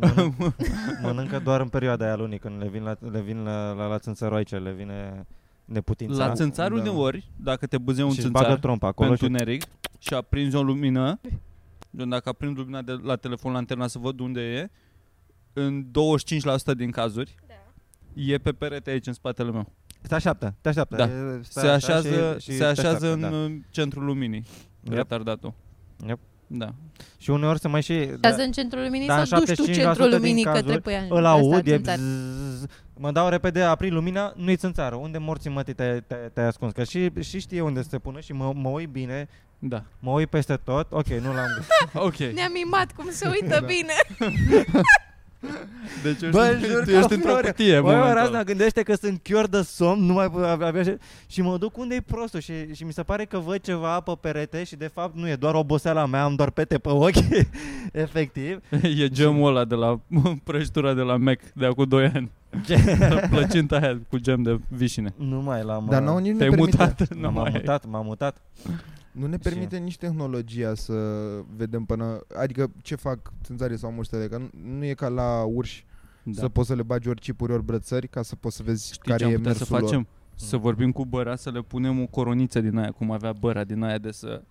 mănâncă, mănâncă doar în perioada aia lunii, când le vin la, le vin la, la, la țânțăroice, le vine neputința.
la țânțar
Da.
uneori, dacă te buze un
și îți bagă
țânțar pe
trompa acolo și
întuneric și aprinzi o lumină, gen dacă aprind lumina de la telefon, lanterna să văd unde e, în 25% din cazuri, e pe perete aici în spatele meu.
te așteaptă, te așteaptă.
Da.
E- stai
Se
așa
așează,
și- și
se
te
așează
așteaptă,
în da.
da.
uh, centrul luminii,
Yep.
retardatul.
Yep.
Da.
Și uneori se mai și...
Da. în centrul luminii
Da,
da, sau duci tu
75%
centrul Păi,
din
luminii
cazuri
către păianjenii
Îl
ăsta
aud, e
țânțari?
bzzz, mă dau repede, apri lumina, nu-i țânțară. Unde morții mă te-ai te, te ascuns? Că și, și știe unde să se pună și mă, mă uit bine,
Da.
mă uit peste tot. Ok, nu l-am găsit.
Ok.
Ne-am imat cum se uită bine.
Deci ești,
Bă,
tu
jur că
ești într-o
uneori-
cutie în
Bă,
momentul
ora
ăla.
asta gândește că sunt chior de somn, nu mai abia, abia așa- și mă duc unde e prostul și, și mi se pare că văd ceva pe perete și de fapt nu e doar oboseala mea, am doar pete pe ochi, efectiv.
E gemul ăla de la prăjitura de la Mac de acum 2 ani. Plăcinta aia cu gem de vișine.
Nu mai l-am...
Dar
uh,
nouă nici nu ne
Te-ai
permite.
mutat? Nu
m-am
mai ai.
mutat, m-am mutat.
Nu ne permite nici tehnologia să vedem până... Adică ce fac țânțarii sau muștele, că nu, nu e ca la urși da.
Da.
să poți să le bagi ori chipuri, ori brățări ca să poți să vezi
Știi
care
ce am
e
putea
mersul
să facem?
lor. Mm.
Să vorbim cu băra, să le punem o coroniță din aia, cum avea băra din aia de să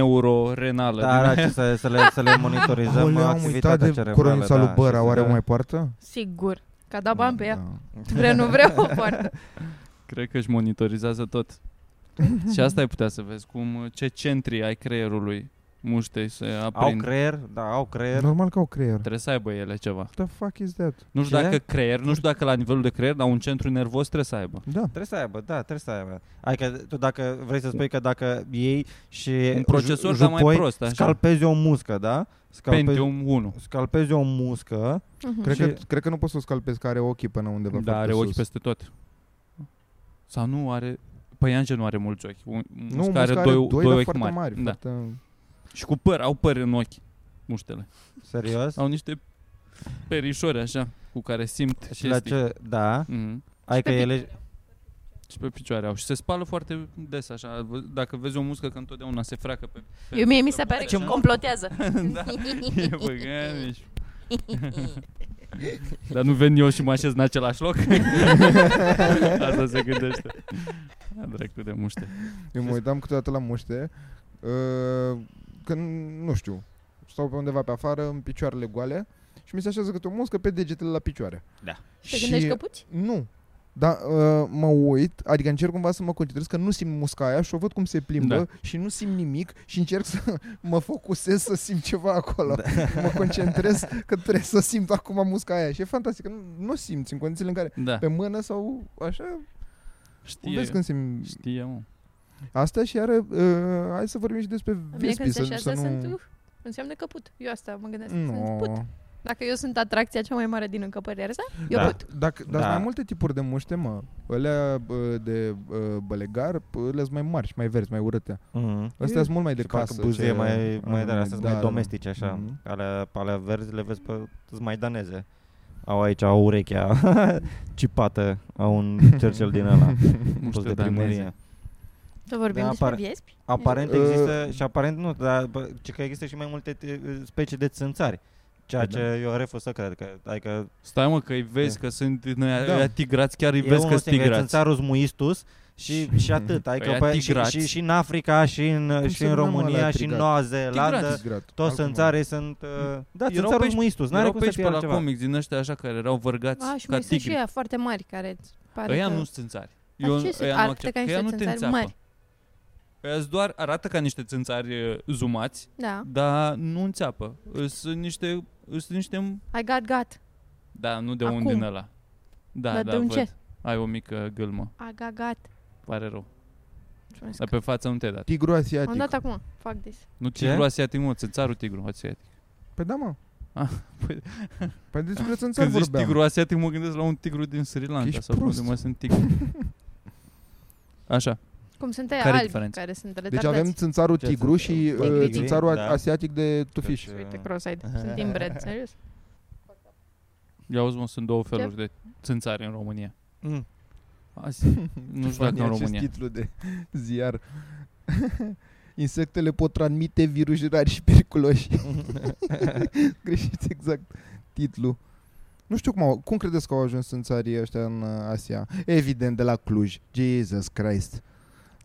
neurorenală.
Da,
din
da,
aia.
ce să, să, le, să le monitorizăm
Aoleu, am
activitatea
uitat de
cerebrală,
coronița lui
da,
Băra,
și să-
oare o
da.
mai poartă?
Sigur. Că a dat bani pe ea.
Da.
Vreau, nu vreau o poartă.
Cred că își monitorizează tot. Și asta ai putea să vezi, cum ce centri ai creierului muștei se
Au
aprind.
creier, da, au creier.
Normal că au creier.
Trebuie să aibă ele ceva.
What the fuck is that?
Nu știu
Ce?
dacă creier, nu știu dacă la nivelul de creier, dar un centru nervos trebuie să aibă.
Da.
Trebuie să aibă, da, trebuie să aibă. Adică tu dacă vrei să spui că dacă iei și
Un procesor,
ju-
dar mai
jupoi,
prost, așa.
Scalpezi o muscă, da? Scalpezi,
Pentium 1.
scalpezi o muscă,
Mhm.
Cred,
Și-
că, cred că nu poți să o scalpezi, că are ochii până undeva
Da,
foarte
are ochi
sus.
peste tot. Sau nu are... Păi Angel nu are mulți ochi. Un, un
Nu,
muscă are doi, doi,
dar
ochi
foarte
mari.
mari.
da.
Foarte...
Și cu păr, au păr în ochi muștele.
serios?
Au niște perișori așa cu care simt
Și la
chestii.
ce, da,
Mhm.
adică
pe
ele...
Și pe picioare au. Și se spală foarte des așa. Dacă vezi o muscă că întotdeauna se freacă pe... pe
Eu mie mi se pare
pe-
că complotează.
da. E băgat, ești- Dar nu ven eu și mă așez în același loc? Asta se gândește. A dracu de muște.
Eu mă uitam câteodată la muște uh, Când, nu știu Stau pe undeva pe afară, în picioarele goale Și mi se așează câte o muscă pe degetele la picioare
Da.
Te gândești că puci?
Nu dar uh, mă uit, adică încerc cumva să mă concentrez că nu simt musca aia și o văd cum se plimbă
Da.
da. și nu simt nimic și încerc să mă focusez să simt ceva acolo. Da. Mă concentrez că trebuie să simt acum musca aia și e fantastic, că nu, nu simți în condițiile în care
Da.
pe mână sau așa,
Știe.
vezi când simți
Știe, mă.
Asta și are, uh, hai să vorbim și despre
La mine
vespi,
când se
să, să, nu...
așează sunt... uh, Înseamnă că put. Eu asta mă gândesc. Sunt
Nu.
put. Dacă eu sunt atracția cea mai mare din încăpările asta, eu
Da.
put.
Dacă, dar
Da.
da. mai multe tipuri de muște, mă. Alea bă, de bă, bălegar, bă, alea sunt mai mari și mai verzi, mai urâte.
Mm.
Astea sunt mult mai de
Și fac
casă.
buzie
ce-
mai, mai da, astea sunt mai
da.
domestice așa.
Mhm.
Alea, pe alea verzi le vezi pe sunt mai daneze. Au aici o urechea cipată, au un cercel din ăla. pus
Muște
de primărie.
daneze.
Să vorbim
Da,
despre
apare.
viespi?
Aparent
Uh,
există, și aparent nu, dar bă, ci că există și mai multe te- specii de țânțari. Ceea
Da.
ce eu refuz să cred că, adică
Stai mă că îi vezi că sunt din aia,
Da.
aia tigrați, chiar îi
e
vezi
unul
că sunt
singur, e
tigrați.
țânțarul smuistus și, și atât, adică
Păi,
pe, și,
tigrați.
și, și, în Africa, și în, și
se
în
numea, mă,
România,
la
și în
tigrați?
Noua Zeelandă,
Tigrați.
Grat.
toți
Altcum,
țânțarii sunt... uh, Da,
Mm. Erau pe
țânțarul
aici-
smuistus, n-are
erau
cum
pe
să
aici
fie
pe la
altceva.
comics din ăștia așa care erau vărgați
A, și
ca
mai sunt și
tigri.
ea foarte mari care îți pare
Ăia
că...
nu sunt țânțari.
Dar ce sunt?
ăia nu
Arată
accept, că
ca niște
ea nu te
țânțari
înțeapă.
mari.
Ăia doar arată ca niște țânțari uh, zumați,
Da.
dar nu înțeapă. Sunt niște, sunt niște,
Ai gat, gat.
da, nu de
Acum.
unde din ăla. Da,
Dar
da,
de un
văd.
ce?
Ai o mică gâlmă,
Ai gat, gat.
pare rău.
Mulțumesc.
Dar pe față nu te-ai dat.
Tigru
Am
asiatic.
dat acum. Fac this.
Nu
Ce?
tigru asiatic, mă, țânțarul tigru asiatic.
Păi da, mă.
Ah,
Păi despre țânțar
Când zici
vorbeam.
tigru asiatic, mă gândesc la un tigru din Sri Lanka
Ești
sau unde
prost.
mai sunt tigru. Așa.
Cum sunt aia
Care e
albi
diferența?
care sunt
Deci
retardați.
avem țânțarul
Ce
tigru
țânțar?
și
Tigru,
uh, țânțarul
da.
asiatic de tufiș.
Uite, cross-eyed. Sunt inbred, serios.
Ia auzi, mă, sunt două feluri de țânțari în România.
Mm.
Azi, nu știu dacă Exact, în România.
titlu de ziar. Insectele pot transmite virusi rari și periculoși. Greșit exact titlul. Nu știu cum, au, cum credeți că au ajuns în țarii ăștia în uh, Asia? Evident, de la Cluj. Jesus Christ.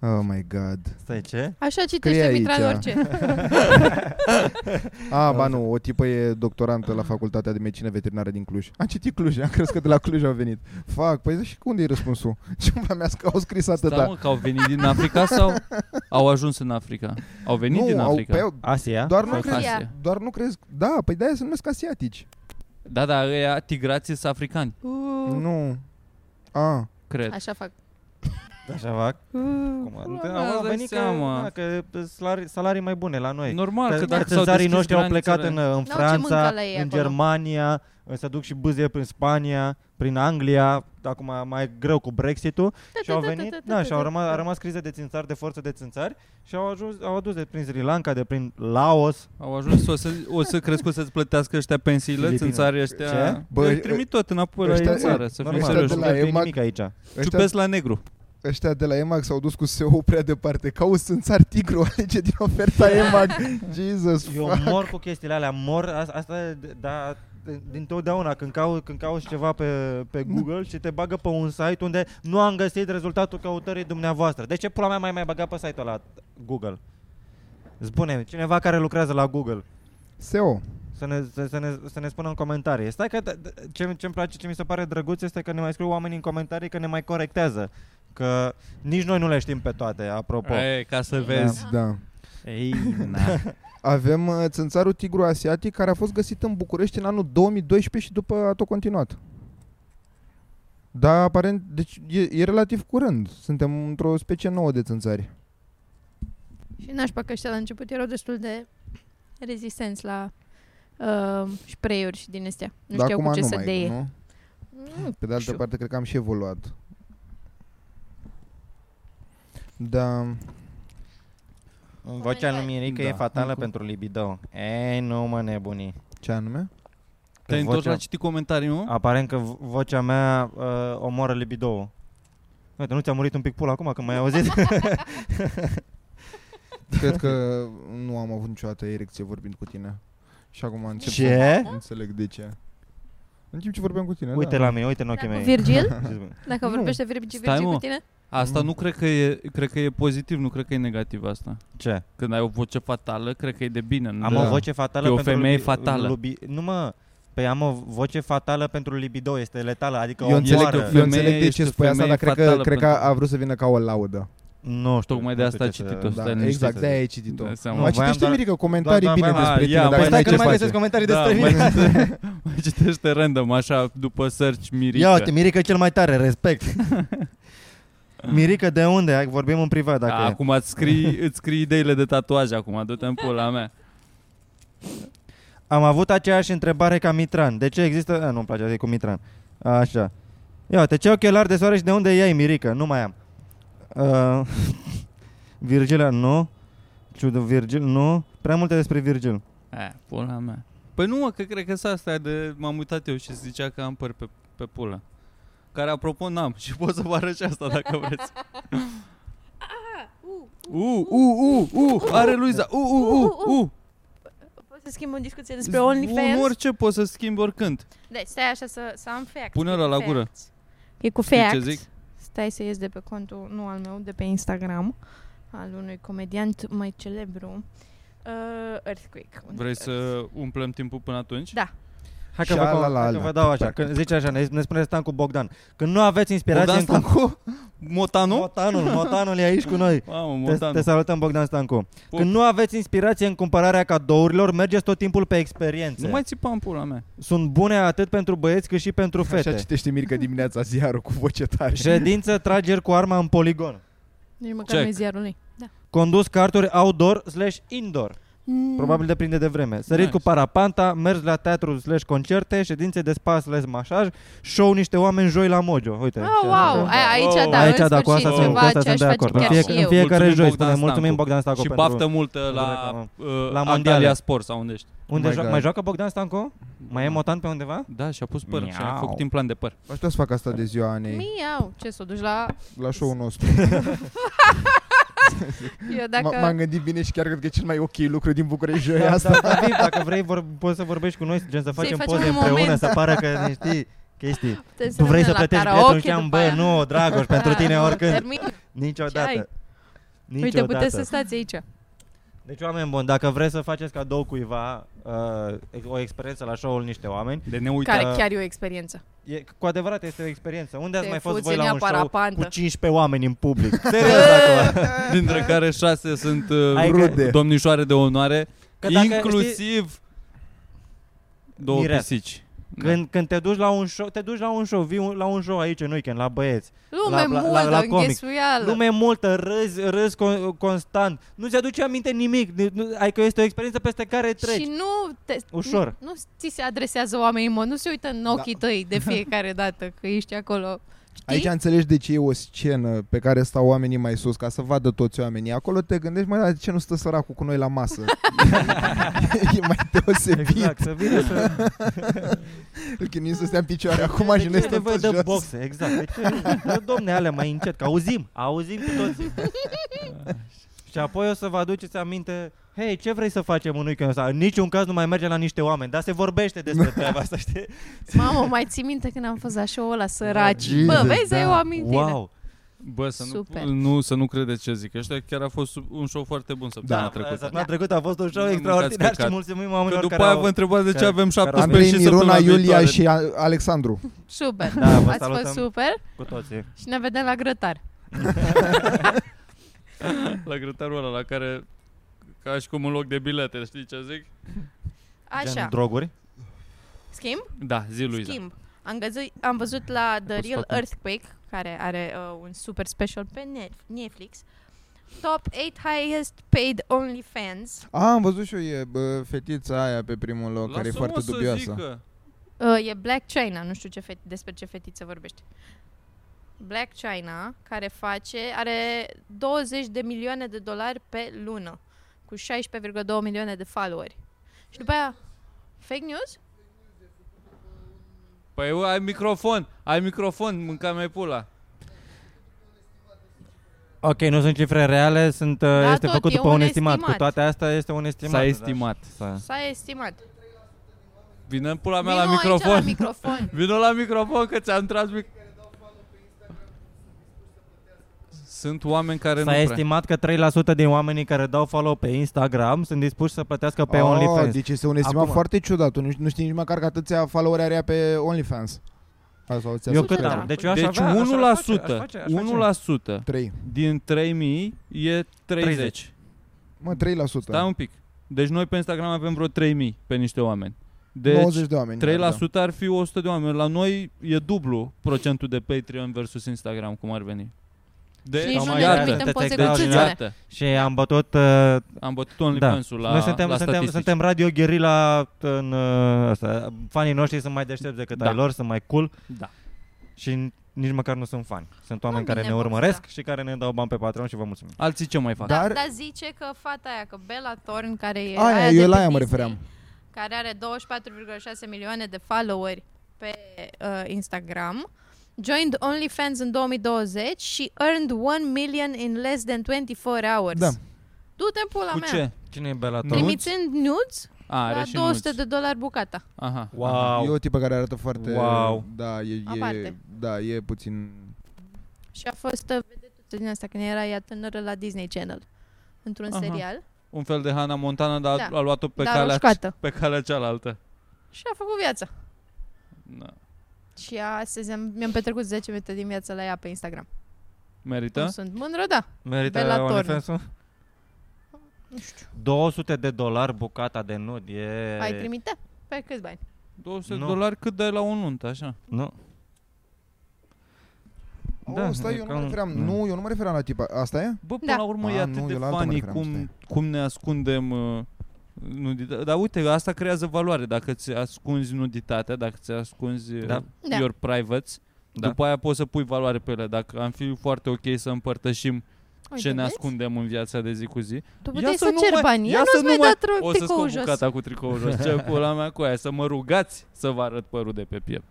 Oh my god.
Stai, ce?
Așa
Scrie
citește
aici.
Mitran orice.
Ah, ba nu, o tipă e doctorantă la Facultatea de Medicină Veterinară din Cluj. Am citit Cluj, am crezut că de la Cluj au venit. Fac, păi și unde e răspunsul? Ce mea că au scris atâta?
Stai, mă, că au venit din Africa sau au ajuns în Africa? Au venit din
au,
Africa.
pe,
Asia?
doar, nu
Sau
crezi,
Asia.
doar nu crezi, da, păi de-aia se numesc asiatici.
Da, da, ăia tigrații sunt africani,
Uuu,
Nu. A,
cred.
Așa fac.
Așa fac.
Uuu,
Cum,
pula
nu,
mea.
îți
au
dai
venit că,
seama.
da, că salarii, salarii mai bune la noi.
Normal că
Că
dacă s-au
țânțarii
deschis
noștri au plecat în,
granițele-
în
ce
Franța,
mânca
în
la ei acolo.
Germania, se duc și bâzie prin Spania, prin Anglia, acum mai e greu cu Brexit-ul și au venit, da, și au rămas, a rămas crize de țințari, de forță de țințari și au, ajuns, au adus de prin Sri Lanka, de prin Laos.
Au ajuns, o să, o să crezi că o să-ți plătească ăștia pensiile,
Filipine.
țânțarii ăștia.
Ce?
Bă,
Bă,
îi trimit tot înapoi la
ăștia-
ei în țară, să fim
Normal,
ăștia
serioși.
nu
de la
vezi
EMAG
nimic aici.
ăștia,
Ciupesc la negru.
ăștia de la EMAG s-au dus cu SEO prea departe. Ca un sânțar tigru alege din oferta EMAG. Jesus.
Eu
fuck.
mor cu chestiile alea, mor, asta, asta e, da, din totdeauna când cauți, când cauți ceva pe, pe Google și te bagă pe un site unde nu am găsit rezultatul căutării dumneavoastră. De ce pula mea mai mai băga pe site-ul la Google? spune cineva care lucrează la Google,
SEO.
să ne, să, să ne, să ne spună în comentarii. Stai că d- d- ce, ce-mi place, ce mi se pare drăguț este că ne mai scriu oamenii în comentarii că ne mai corectează. Că nici noi nu le știm pe toate, apropo.
E, ca să
Da,
vezi.
da.
Ei, na.
Avem uh, țânțarul tigru asiatic care a fost găsit în București în anul 2012 și după a tot continuat. Da, aparent, deci e, e relativ curând. Suntem într-o specie nouă de țânțari.
Și nașpa că ăștia la început erau destul de rezistenți la uh, spray-uri și din astea. Nu
Dar
știau
acum
cu ce
nu
să
mai,
deie.
nu?
Mm,
Pe de altă
știu.
parte, cred că am și evoluat. Da.
Vocea numirii că
Da.
e fatală
Încă-
pentru libido. Ei, nu mă nebuni.
Ce anume?
Te-ai întors
vocea-
la citit comentarii, nu?
Aparent că vo- vocea mea uh, omoară libidoul. Uite, nu ți-a murit un pic pula acum când m-ai auzit?
Da.
Cred că nu am avut niciodată erecție vorbind cu tine. Și acum încep să
Ce?
înțeleg de ce. În timp ce vorbeam cu tine,
Uite
da.
la mine, uite în ochii
Dacă
mei.
Virgil,
Ce spune?
dacă
Nu.
vorbește Virgil,
Stai,
Virgil
mă.
cu tine,
Asta
Mm.
nu cred că e, cred că e pozitiv, nu cred că e negativ asta.
Ce?
Când ai o voce fatală, cred că e de bine. Nu
Am
de-
o voce fatală
Da. E o
pentru
femeie
libi-
fatală.
Lubi... Nu mă, Păi am o voce fatală pentru libido, este letală, adică
Eu înțeleg,
omoară.
că
eu înțeleg de
ești
ce
o
spui asta,
femeie
dar cred că,
fatală
cred că
pentru-
a vrut să vină ca o laudă.
Nu știu.
Tocmai de
nu
asta
știu
ai
ce
citit-o,
să-
stai
Da,
liniștit.
exact, de aia ai citit-o.
Dai seama.
Mă,
voiam
citește,
doar-
Mirica, comentarii
doar-
bine
doar-
despre
ia,
tine,
mai-
dacă
Stai
n-ai
că
ce
nu mai găsesc
face.
comentarii
da, mai,
despre mine.
citește, mai citește random, așa, după search Mirica.
Ia uite, Mirica e cel mai tare, respect. Mirica, de unde? Hai, Vorbim în privat dacă...
A,
e.
Acum îți scrii, îți scrii ideile de tatuaje acum, du-te în pula mea.
Am avut aceeași întrebare ca Mitran. De ce există... A, nu-mi place, asta e cu Mitran. Așa. Ia uite, ce ochelari de soare și de unde iei, Mirica? Nu mai am. Uh, Virgila, nu. Ciudă, Virgil, nu. Prea multe despre Virgil.
A, pula mea. Păi nu, mă, că cred că s asta de m-am uitat eu și zicea că am păr pe, pe pulă. Care, apropo, n-am și pot să vă arăt și asta dacă vreți. U, u, u, u, are Luiza, u, u, u, u.
poți să schimbi o discuție despre OnlyFans?
Un orice poți să schimbi oricând.
Deci stai așa să, să am fact.
Pune
e
ăla
cu
la
facts.
gură.
E cu
Știi ce
fact.
zic?
Stai să ies de pe contul, nu al meu, de pe Instagram, al unui comediant mai celebru, uh, Earthquake. unde
Vrei să umplem timpul până atunci?
Da.
Hai că,
Și
vă,
ala,
dau-
la
hai că
ala.
vă dau așa. Când zice așa, ne, ne spune Stancu Bogdan. Când nu aveți inspirație
Bogdan
în...
Stancu? Motanu?
Motanul, Motanul e aici cu noi.
Mamă,
Te,
Motanu.
te salutăm, Bogdan Stancu. Când nu aveți inspirație în cumpărarea cadourilor, mergeți tot timpul pe experiențe.
Nu mai țipa în pula mea.
Sunt bune atât pentru băieți cât și pentru fete.
Așa citește Mirica dimineața ziarul cu voce tare.
Ședință trageri cu arma în poligon.
Nici măcar
Check.
nu e ziarul lui. Da.
Condus carturi outdoor slash indoor. Probabil depinde de vreme. Sărit
Nice.
cu parapanta, mergi la teatru slash concerte, ședințe de spa slash masaj, show niște oameni joi la Mojo. Uite.
Oh,
ce-
wow,
Da.
a, aici,
Wow.
da,
Aici,
în
da, cu asta
sfârșit,
sunt, cu
ceva
asta
ce
sunt
aș
de acord.
face
În
chiar
fie-
și
în
eu.
fiecare
Mulțumim,
joi,
Bogdan
spune, mulțumim
Stancu.
Bogdan Stanco
Și
pentru...
baftă multă la,
reclamă.
uh,
La
la
mondiale.
Antalya Sport sau unde ești.
Unde
Oh my
joacă?
God.
Mai joacă Bogdan Stanco? Mai e motant pe undeva?
Da, și-a pus păr și a
Miau.
făcut implant de păr.
Aș putea să fac asta de ziua Anei,
Miau, ce să o duci la...
la show-ul nostru.
Eu
M- M-am
dacă...
gândit bine și chiar cred că e cel mai ok lucru din București
Păi
joi
Da,
asta.
Dacă vrei, dacă vrei vor, poți să vorbești cu noi, gen să facem
facem
poze
un
împreună,
moment.
să pară că ne știi chestii.
te
Tu vrei
însemne
să
la
plătești
karaoke
biletul în cheam,
după
bă,
aia.
nu, Dragoș, pentru
Da,
tine
nu,
oricând.
termin. Ce ai?
Niciodată.
Uite, puteți să
Niciodată.
stați aici.
Deci oameni buni, dacă vreți să faceți cadou cuiva uh, o experiență la show-ul niște oameni,
De neuitat.
Care chiar e o experiență.
e, cu adevărat este o experiență. Unde ați
Te
mai fost
fuți
voi
în
la
ea
un show
parapantă.
cu 15 oameni în public? Serios acum.
Dintre care șase sunt uh,
Hai că-
rude, domnișoare de onoare,
Că dacă,
inclusiv două
Mireasă.
pisici. Da.
Când, când te duci la un show, te duci la un show, vii un- la un show aici în weekend, la băieți.
Lume
la- la- la
multă,
comic.
înghesuială.
Lume multă, râzi, râzi con, constant. Nu-ți aduce aminte nimic. De- nu- Adică este o experiență peste care treci.
Și nu te,
Ușor. Da.
Nu, nu ți se adresează oamenii, mă, nu se uită în ochii tăi de fiecare dată că ești acolo. Știi?
Aici înțelegi de ce e o scenă pe care stau oamenii mai sus, ca să vadă toți oamenii. Acolo te gândești, mai dar de ce nu stă săracul cu noi la masă? e mai deosebit.
Exact, să vină să...
Îl chinuim să stea în picioare acum
De
și
ce
noi
Deci e
stăm
nevoie
toți
de
jos.
boxe, exact. De ce? Bă, domne, alea mai încet, că auzim, auzim cu toții. Și apoi o să vă aduceți aminte Hei, ce vrei să facem în weekendul ăsta? În niciun caz nu mai merge la niște oameni, dar se vorbește despre treaba asta, știi?
Mamă, mai ții minte când am fost la show-ul ăla săraci.
Jesus,
Bă, vezi, ai o
Da,
amintire.
Wow!
Bă, să
Super.
nu, nu, să nu credeți ce zic. Ăștia chiar a fost un show foarte bun săptămâna
Da,
trecută.
Săptămâna trecută a fost un show
Nu
extraordinar
mâncați
și
căcat.
mulțumim
Că
oamenilor
după
care
aia
au...
vă întrebați de ce
care-
avem
Andrei,
17 și
Miruna,
săptămâna
Iulia
viitoare.
și A- Alexandru.
Super.
Da, vă
Ați
salutăm.
fost super
Cu toții.
și ne vedem la grătar.
La grătarul ăla la care ca și cum un loc de bilete, știi ce zic?
Așa.
Gen droguri.
Schimb?
Da, zi Luiza.
Schimb. Am, găzui, am văzut la The
Poți
Real
fac un-
Earthquake, care are uh, un super special pe net- Netflix. Top 8 highest paid OnlyFans.
A, am văzut și eu, e bă, fetița aia pe primul loc, care e
Lasă-mă
foarte
să
dubioasă.
zică.
Uh, e Black China, nu știu ce fet- despre ce fetiță vorbești. Black China, care face, are 20 de milioane de dolari pe lună, cu 16,2 milioane de followeri. Și după aia, fake news?
Păi eu, ai microfon, ai microfon, mânca mai pula.
Ok, nu sunt cifre reale, sunt, da,
Da,
este
tot,
făcut
e
după
un
un estimat. Cu
estimat.
toate astea este un estimat.
S-a
da.
estimat.
S-a-
S-a estimat.
Vină în pula mea
Vino
la
aici
microfon.
la microfon.
Vino la microfon că ți-am transmis. Sunt oameni care nu
S-a
prea.
estimat că 3% din oamenii care dau follow pe Instagram sunt dispuși să plătească pe
Ah,
OnlyFans.
Deci este un estimat
Acum-
foarte ciudat. Tu nu, nu știi nici măcar că atâția followeri are ea pe OnlyFans. Asta o ți-a
Eu
spus
cât
da.
Petre.
am? Deci, eu aș
Deci
avea,
1%,
aș face, aș face, aș face.
1%
Trei.
din 3000 e 30.
30.
Mă, 3%.
Da.
Stai un pic. Deci noi pe Instagram avem vreo 3000 pe niște oameni. Deci
90 de oameni. da,
3% ar fi 100 de oameni. La noi e dublu procentul de Patreon versus Instagram, cum ar veni.
Și nici
Sau
nu
mai
ne
iată,
trimitem
te
poze cu
teclează
deci,
țâțele.
țâțele.
iată,
Și am bătut... Uh,
am bătut OnlyFans-ul la,
noi suntem,
la
suntem,
statistici.
suntem radio gherila în uh, asta. Fanii noștri sunt mai deștepți decât
Da.
ai lor, sunt mai cool
Da.
și nici măcar nu sunt fani. Sunt oameni
bine,
care ne
bă,
urmăresc
da.
și care ne dau bani pe Patreon și vă mulțumim.
Alții ce mai fac?
Da. Dar-
Dar, dar zice că fata aia, că Bella Thorne, care e
Aia,
aia
eu
de
la
pe
aia mă
Disney,
refeream.
Care are 24,6 milioane de followeri pe uh, Instagram. Joined OnlyFans în 2020 și earned 1 million in less than 24 hours.
Da.
Du-te în pula
Cu
mea.
ce?
Cine e Bela
Nuți?
Trimițând nudes
A, are
la
și
200
nuți.
de dolari bucata.
Aha.
Wow.
E o tipă care arată foarte...
Wow.
Da, e, e,
Aparte.
da, e puțin...
Și a fost uh, vedetuță din asta când era ea tânără la Disney Channel. Într-un
Aha.
serial.
Un fel de Hannah Montana, dar
Da.
a luat-o pe,
Dar
calea,
roșcată.
pe calea cealaltă.
Și a făcut viața.
Da.
Și astăzi am, mi-am petrecut 10 minute din viața la ea pe Instagram.
Merită?
Da? Sunt mândră, da. Bella
Merită
Thorne.
OnlyFans-ul?
Nu știu.
200 de dolari bucata de nud e...
Ai trimite? Pe câți bani?
200
Nu.
dolari cât dai la un nunt, așa.
Nu.
Da, oh, stai, eu nu mă refeream. Nu, eu nu mă refeream la tipa. Asta e?
Bă, până
Da.
la urmă
A,
e
nu,
atât de
eu la altă mă
funny
refeream,
cum,
stai.
cum ne ascundem uh, Nudita- dar uite, asta creează valoare. Dacă ți ascunzi nuditatea, dacă ți ascunzi
Da.
da.
Da.
your privates,
Da.
da. după aia poți să pui valoare pe ele. Dacă am fi foarte ok să împărtășim
Uite,
ce ne
vezi?
ascundem în viața de zi cu zi.
Tu
Ia
Păi puteai
să
să
nu
cer
mai-
bani.
ia
Ia
să
nu-ți
nu
mai
mai-
dat
O
ro-
să
tricoul
scot
jos.
bucata cu tricoul jos. Ce pula mea cu aia? Să mă rugați să vă arăt părul de pe piept.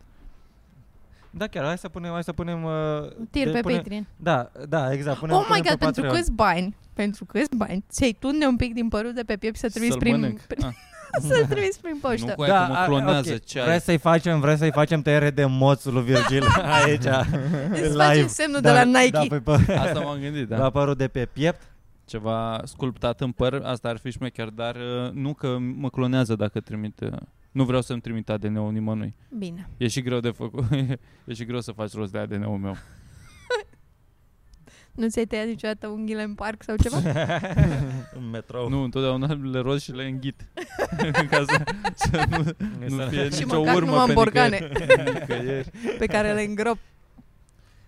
Da, chiar, hai să punem, hai să punem... Uh,
Un Tir
de-
pe
punem-
Patreon.
Da, da, exact. Punem,
oh my
punem
god,
pe
pentru
Patreon.
câți bani? Pentru câți bani? Ți-ai tunde un pic din părul de pe piept și să trimiți
Să-l
prin,
mănânc.
prin
Ah,
să trimiți prin
nu
poștă.
cu aia că mă
Da, a-
clonează.
ok.
Ce ai?
Vrei să-i facem, vrei să-i facem tăiere de moț lui Virgil aici,
Da.
Îți
live.
facem semnul de la
Da,
Nike.
pe, pe,
Asta m-am gândit, da.
da. la părul de pe piept.
Ceva sculptat în păr, asta ar fi șmecher, dar uh, nu că mă clonează dacă trimit... uh, Nu vreau să-mi trimit ADN-ul nimănui.
Bine.
E și greu de făcut. e și greu să faci rost de ADN-ul meu.
Nu ți-ai tăiat niciodată unghiile în parc sau ceva?
În metrou.
Nu, întotdeauna le rost și le înghit. Ca să, să nu,
Exact.
nu fie
Și
nicio
măcar
urmă
nu am
pe
borcane.
nicăieri. nicăieri.
pe care le îngrop.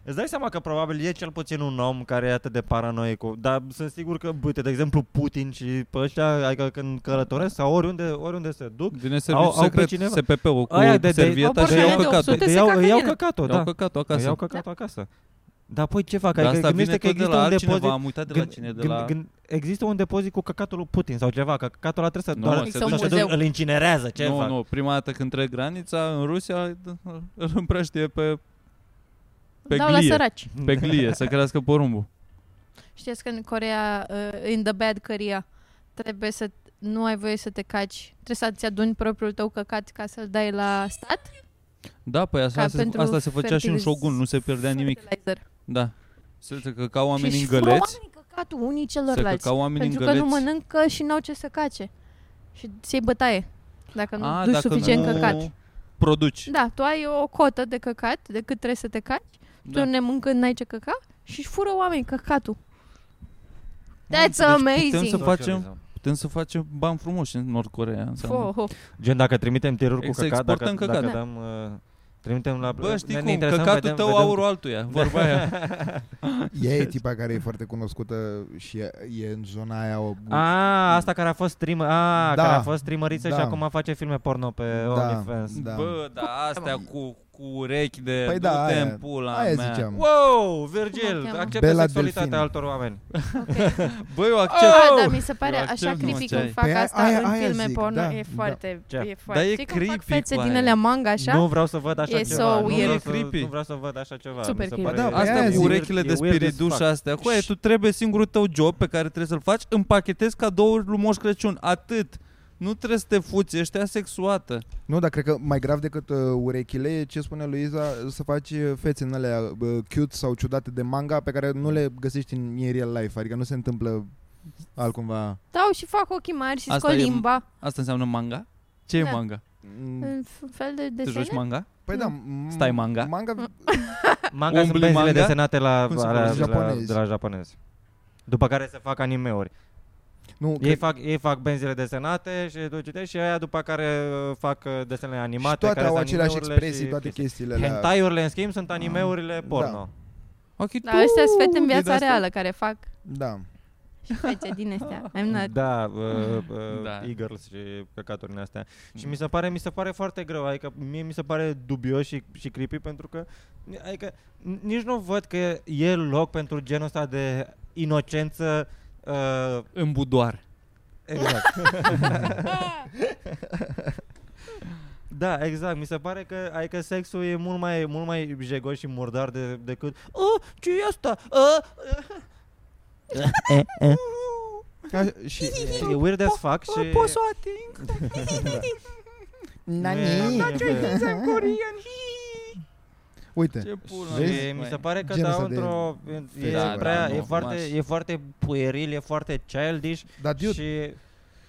Îți dai seama că probabil e cel puțin un om care e atât de paranoic, cu- dar sunt sigur că, uite, de exemplu, Putin și pe ăștia, adică când călătoresc sau oriunde, oriunde se duc,
Vine
Au-
serviciu
au pe
secret,
cineva.
SPP-ul cu
Aia de- de-
servieta
Au
și
borcane
iau
de
căcatul.
800
îi
se
iau,
cacă
îi
în
iau
ele.
căcatul,
Iau
da.
căcatul
Îi
acasă.
iau căcatul acasă. Dar apoi ce fac?
Dar
Adică
asta vine
gândește că
tot de
există
la altcineva,
un depozit
am uitat de la cine, de la...
Gând, există un depozit cu căcatul lui Putin sau ceva, că căcatul ăla trebuie să
Nu,
doar
mă, se
să
duce-
se duc, îl incinerează, ce
nu,
fac?
nu, prima dată când trec granița în Rusia, d- îl împrăștie pe, pe
Dau la
glie.
săraci.
pe glie să crească porumbul.
Știți că în Corea, uh, in the bad Korea, trebuie să nu ai voie să te caci. Trebuie să-ți aduni propriul tău căcat ca să-l dai la stat.
Da, păi asta,
Ca
se,
pentru
asta se făcea și în
fertiliz-
Shogun, nu se pierdea nimic.
Fertilizer.
Da. Se se căcau oamenii
Și
în
își fură
găleți,
oamenii căcatul unii
se
celorlalți.
căcau oamenii în
Pentru că nu
găleți.
mănâncă și n-au ce să cace. Și ți-ai bătaie dacă nu
A,
duci
dacă
suficient
nu
căcat.
Produci.
Da, tu ai o cotă de căcat de cât trebuie să te caci,
Da.
tu ne mâncând n-ai ce căca și își fură oameni căcatul.
Mamă,
That's
deci Putem
amazing.
să facem, putem să facem bani frumoși în Nord Corea. înseamnă.
Oh, oh.
Gen, dacă trimitem tiruri cu
Ex-
căcat, dacă,
exportăm căcat.
dacă
Da.
dăm... uh, Trimitem la...
Bă, știi
ne- ne
cum,
interesăm,
căcatul
vedem-
tău
vedem-
aurul altuia, vorba aia.
Ea e tipa care e foarte cunoscută și e, e în zona aia o...
A, asta care a fost streamer, a,
Da.
care a fost streameriță
Da.
și acum face filme porno pe
Da.
OnlyFans.
Da.
Bă, da, astea cu, cu urechi de
Păi da,
du-te
aia-
în pula
aia
mea.
ziceam.
Wow,
Cum o
Virgil,
cheamă?
acceptă
Bella
sexualitatea
Delfin.
altor oameni.
Okay.
Bă, eu accept. Oh,
Ah, dar mi se pare
Eu
așa
accept, mă,
creepy
ce ai.
când fac
Păi aia-
asta
aia-
în
aia
filme
zic,
porno.
da,
e
da.
foarte,
Ce?
e foarte.
Dar e
Știi cum fac
creepy
fețe
cu
din
aia.
ele manga așa?
Nu vreau să văd așa
E
ceva.
so
nu,
weird.
Vreau
E
să,
creepy.
nu vreau să văd așa ceva.
Super
Mi se
creepy.
pare-
Da,
Asta
aia
cu
zic.
urechile
E
de
weird as
spiriduș
fuck.
astea. Cu aia, tu trebuie singurul tău job pe care trebuie să-l faci, împachetezi cadouri lui Moș Crăciun. Atât. Nu trebuie să te fuți, ești asexuată.
Nu, dar cred că mai grav decât uh, urechile e ce spune Luiza, să faci uh, fețe în alea uh, cute sau ciudate de manga pe care nu le găsești în, în real life, adică nu se întâmplă altcumva.
Dau și fac ochii mari și
Asta
scot
e-
limba.
Asta înseamnă manga? Ce e
Da.
manga?
Mm,
În f- fel de
Te
desene.
joci manga?
Păi da,
Mm.
m-
Stai manga?
Manga
Manga sunt
Umbli
benzile
manga?
desenate la,
Cum se
la, la,
numește?
la,
Japonezi.
de la japonezi. După care se fac animeuri.
nu,
Ei
cred-
fac, ei fac benzile desenate și tu citești și aia după care uh, fac uh, desenele animate.
și toate
care
au
sunt
aceleași
animeurile
expresii,
și
toate
chestii.
chestiile alea.
Hentai-urile, în schimb, sunt animeurile
Da.
porno.
Ok,
Dar Da, astea sunt fete
din
în viața
asta-
reală care fac
Da.
și fețe din astea. I'm not
Da, uh, uh,
Da.
da. e-girls și căcaturi din astea. Și mi se pare, mi se pare foarte greu, adică mie mi se pare dubios și, și creepy pentru că adică, n- nici nu văd că e loc pentru genul ăsta de inocență uh,
În budoar.
Exact. da, exact. Mi se pare că, adică sexul e mult mai, mult mai jegos și murdar de, decât Oh, ce e asta? Oh,
Ca, și,
e weird as fuck și...
Poți să o ating?
Nani.
Uite,
Ce pula
Da. Vezi?
mea,
E, mi se
măi.
pare că
Genul
da,
ăsta de
într-o... E,
Da,
da,
da,
prea,
nu,
e, foarte,
mas.
e foarte pueril, e foarte childish
dar dude,
și...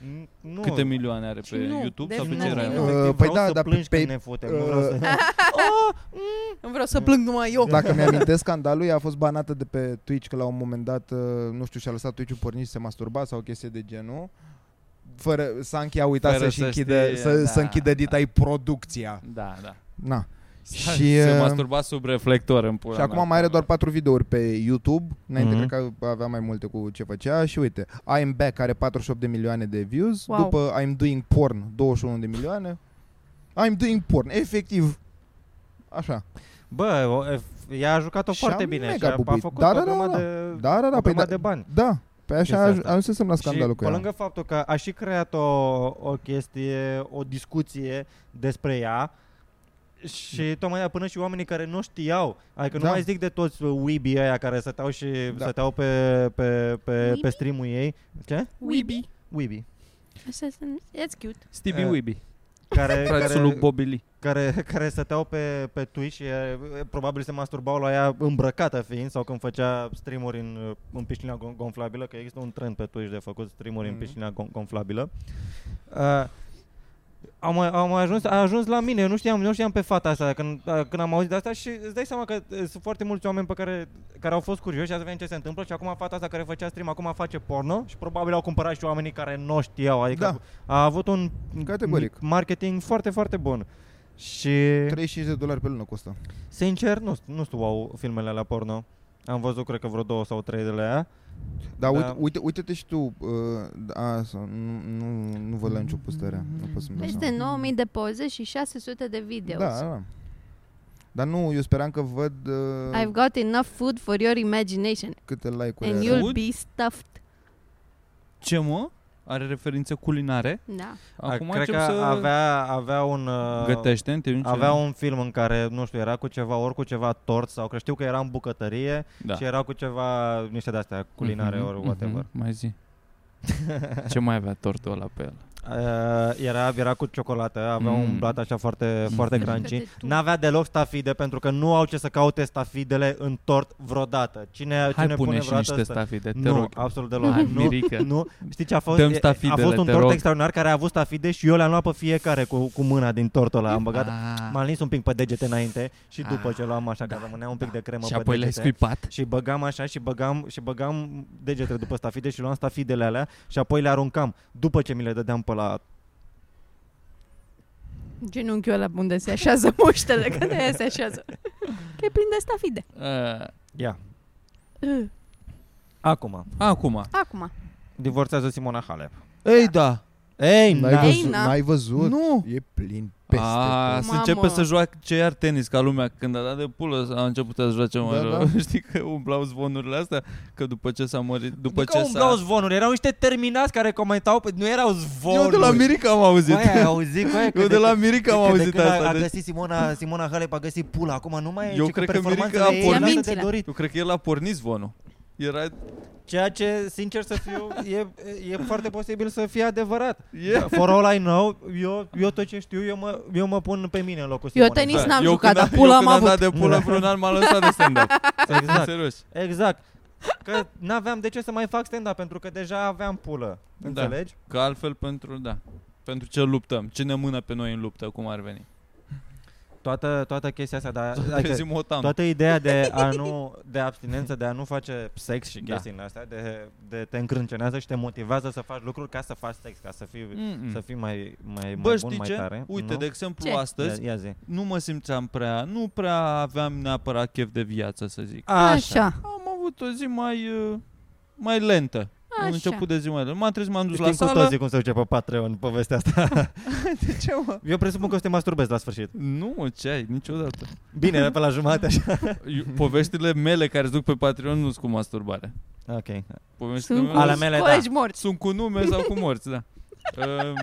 n- Nu.
Câte milioane are
Și
pe
nu,
YouTube
deci
sau pe
nu.
ce era?
Nu.
el?
Uh,
Vreau
păi da,
să
dar
plângi
pe-
când ne futem, nu vreau să...
uh,
Nu vreau să plâng numai eu.
dacă mi-amintesc scandalul, ea a fost banată de pe Twitch că la un moment dat, uh, nu știu, și-a lăsat Twitch-ul pornit și se masturba sau chestii de genul. Fără, Sanchi a uitat
Fără
să-și
să
închidă,
știe,
să,
da,
să închidă
da.
Ditai producția.
Da, da.
Na. Și,
se
uh,
masturba sub reflector în pula
Și acum
mea.
mai are doar patru videouri pe YouTube. Înainte
Mhm.
mm-hmm. cred că avea mai multe cu ce făcea și uite, I'm Back are 48 de milioane de views,
Wow.
după I'm Doing Porn 21 de milioane. I'm Doing Porn, efectiv. Așa.
Bă, o, f- ea a jucat-o
Și
foarte
am
bine și
mega
a, a
bubuit.
făcut
Da,
o
da, da,
grămadă,
Da, da, da,
o
păi
grămadă
da,
de bani.
da. Pe așa
Chestia asta.
ajunsesem la scandalul
și
cu
pe
ea.
lângă faptul că a și creat o, o chestie, o discuție despre ea și tocmai aia până și oamenii care nu știau, adică da.
Da.
nu mai zic de toți weebii ăia care stăteau și da.
Da.
stăteau pe, pe, pe, pe
Weebii?
stream-ul ei, ce?
Weeby.
Weebii.
That's cute.
Stevie
Eh,
Uh,
Weeby,
Care,
frațul lui
care,
Bobby Lee.
care, care stăteau pe, pe Twitch și e, probabil se masturbau la ea îmbrăcată fiind sau când făcea streamuri în, în piscina gon- gonflabilă, că există un trend pe Twitch de făcut streamuri mm. în
Mhm.
piscina gon- gonflabilă. Uh, am, am ajuns, a ajuns la mine, eu nu știam, nu știam pe fata asta când, a- când am auzit de asta și îți dai seama că uh, sunt foarte mulți oameni pe care, care au fost curioși și să vedem ce se întâmplă și acum fata asta care făcea stream acum face porno și probabil au cumpărat și oamenii care nu știau, adică da. a avut un
Categoric.
marketing foarte, foarte bun. Și
35 de dolari pe lună costă.
sincer, nu, nu sunt wow filmele la porno. Am văzut, cred că vreo două sau trei de la ea.
Dar
Da.
uite, uite, uite-te și tu, uh, a, sau, nu, nu, nu văd la nicio postare, nu pot să-mi dau seama.
Peste 9000 de poze și 600 de videos.
Da, da. Dar nu, eu speram că văd uh,
I've got enough food for your imagination
câte like-uri
and
are.
you'll
Food?
be stuffed.
Ce mă? Are referințe culinare?
Da.
Acum
cred
încep
că
să
avea, avea un... uh,
gătește în timp ce-
Avea un film în care, nu știu, era cu ceva, ori cu ceva tort sau că știu că era în bucătărie
da.
da. și era cu ceva, niște de-astea culinare
Mhm,
ori whatever.
mhm, Mai zi. Ce mai avea tortul ăla pe el?
Uh, era, era cu ciocolată, avea
Mm.
un blat așa foarte,
Mm.
foarte
Mm.
crunchy.
Vede tu.
N-avea deloc stafide pentru că nu au ce să caute stafidele în tort vreodată. Cine,
Hai pune,
cine pune
și
vreodată
niște
sta-
stafide, te
Nu,
rog.
absolut deloc.
Hai,
nu,
Mirica.
nu, știi ce a fost?
Dăm
E- a
stafidele,
fost un
te
tort
rog.
extraordinar care a avut stafide și eu le-am luat pe fiecare cu, cu mâna din tortul ăla. Am băgat,
Ah.
m-am lins un pic pe degete înainte și
Ah,
după ce luam așa,
da,
că rămânea un pic de cremă
și
pe
apoi le-ai
degete.
scuipat?
Și băgam așa și băgam, și băgam degetele după stafide și luam stafidele alea și apoi le aruncam după ce mi le dădeam pe la...
Genunchiul ăla unde se așează muștele, că de aia se așează. Că e plin de stafide.
Eh.
Uh,
Ia.
Uh,
Acum.
Ah, acum.
Acum.
Divorțează Simona Halep.
Ei, da.
Ei,
N-ai
Ei,
văzut?
na.
N-ai văzut?
Nu.
E plin peste
A,
tot.
să
Mamă.
începe să joace iar tenis ca lumea Când a dat de pulă a început să joace mai
Da,
rău
da.
Știi că umblau zvonurile astea Că după ce s-a mărit După
După
ce
ce Adică umblau
s-a...
zvonuri, erau niște terminați care comentau, pe- nu erau zvonuri.
Eu de la Mirica am auzit
Aia ai auzit, cu aia că
Eu de la Mirica am
că de
auzit
când A,
asta
a
deci-
găsit Simona, Simona Halep a găsit pula, acum nu mai e
Eu
ci
cred că
performanțele
Mirica a
ei
pornit-
lasă de
Mințile.
dorit.
Eu cred că el a pornit zvonul Era...
Ceea ce, sincer să fiu, e, e foarte posibil să fie adevărat.
E...
For all I know, eu, eu tot ce știu, eu mă, eu mă pun pe mine în locul
Eu
Simonei.
tenis
Da,
n-am
eu
jucat,
când
dar pula
eu
am
când
avut. Da.
dat de pulă vreun an m-a lăsat de stand-up
Exact.
Serios
Exact. Că n-aveam de ce să mai fac stand-up, pentru că deja aveam pulă.
Da.
Înțelegi?
Că altfel pentru, da pentru ce luptăm, ce ne mână pe noi în luptă, cum ar veni.
Toată, toată chestia asta, dar...
Să
adică-
trezim o tamă.
Toată ideea de a nu de abstinență, de a nu face sex și
Da.
chestii din astea, de, de te încrâncenează și te motivează să faci lucruri ca să faci sex, ca să fii
Mm-mm.
să fii mai mai, mai
Bă,
bun,
știi
mai
ce?
tare.
Uite,
nu? Da.
de exemplu,
Ce?
astăzi
Ia, ia zi.
nu mă simțeam prea, nu prea aveam neapărat chef de viață, să zic.
Așa.
Am avut o zi mai uh, mai lentă. Am
Așa.
început de zi mai lentă. M-am trezit, m-am dus
Știm
la
cu
sală.
toții cum se duce pe Patreon povestea asta.
De ce, mă?
Eu presupun că o să te masturbezi la sfârșit.
Nu, mă, ce ai, niciodată.
Bine, pe la jumate așa.
Eu, poveștile mele care se duc pe Patreon nu sunt cu masturbare.
Ok.
Poveștile
Sunt
mele
cu
Ale mele, da.
colegi morți.
sunt cu nume sau cu morți, da. Uh,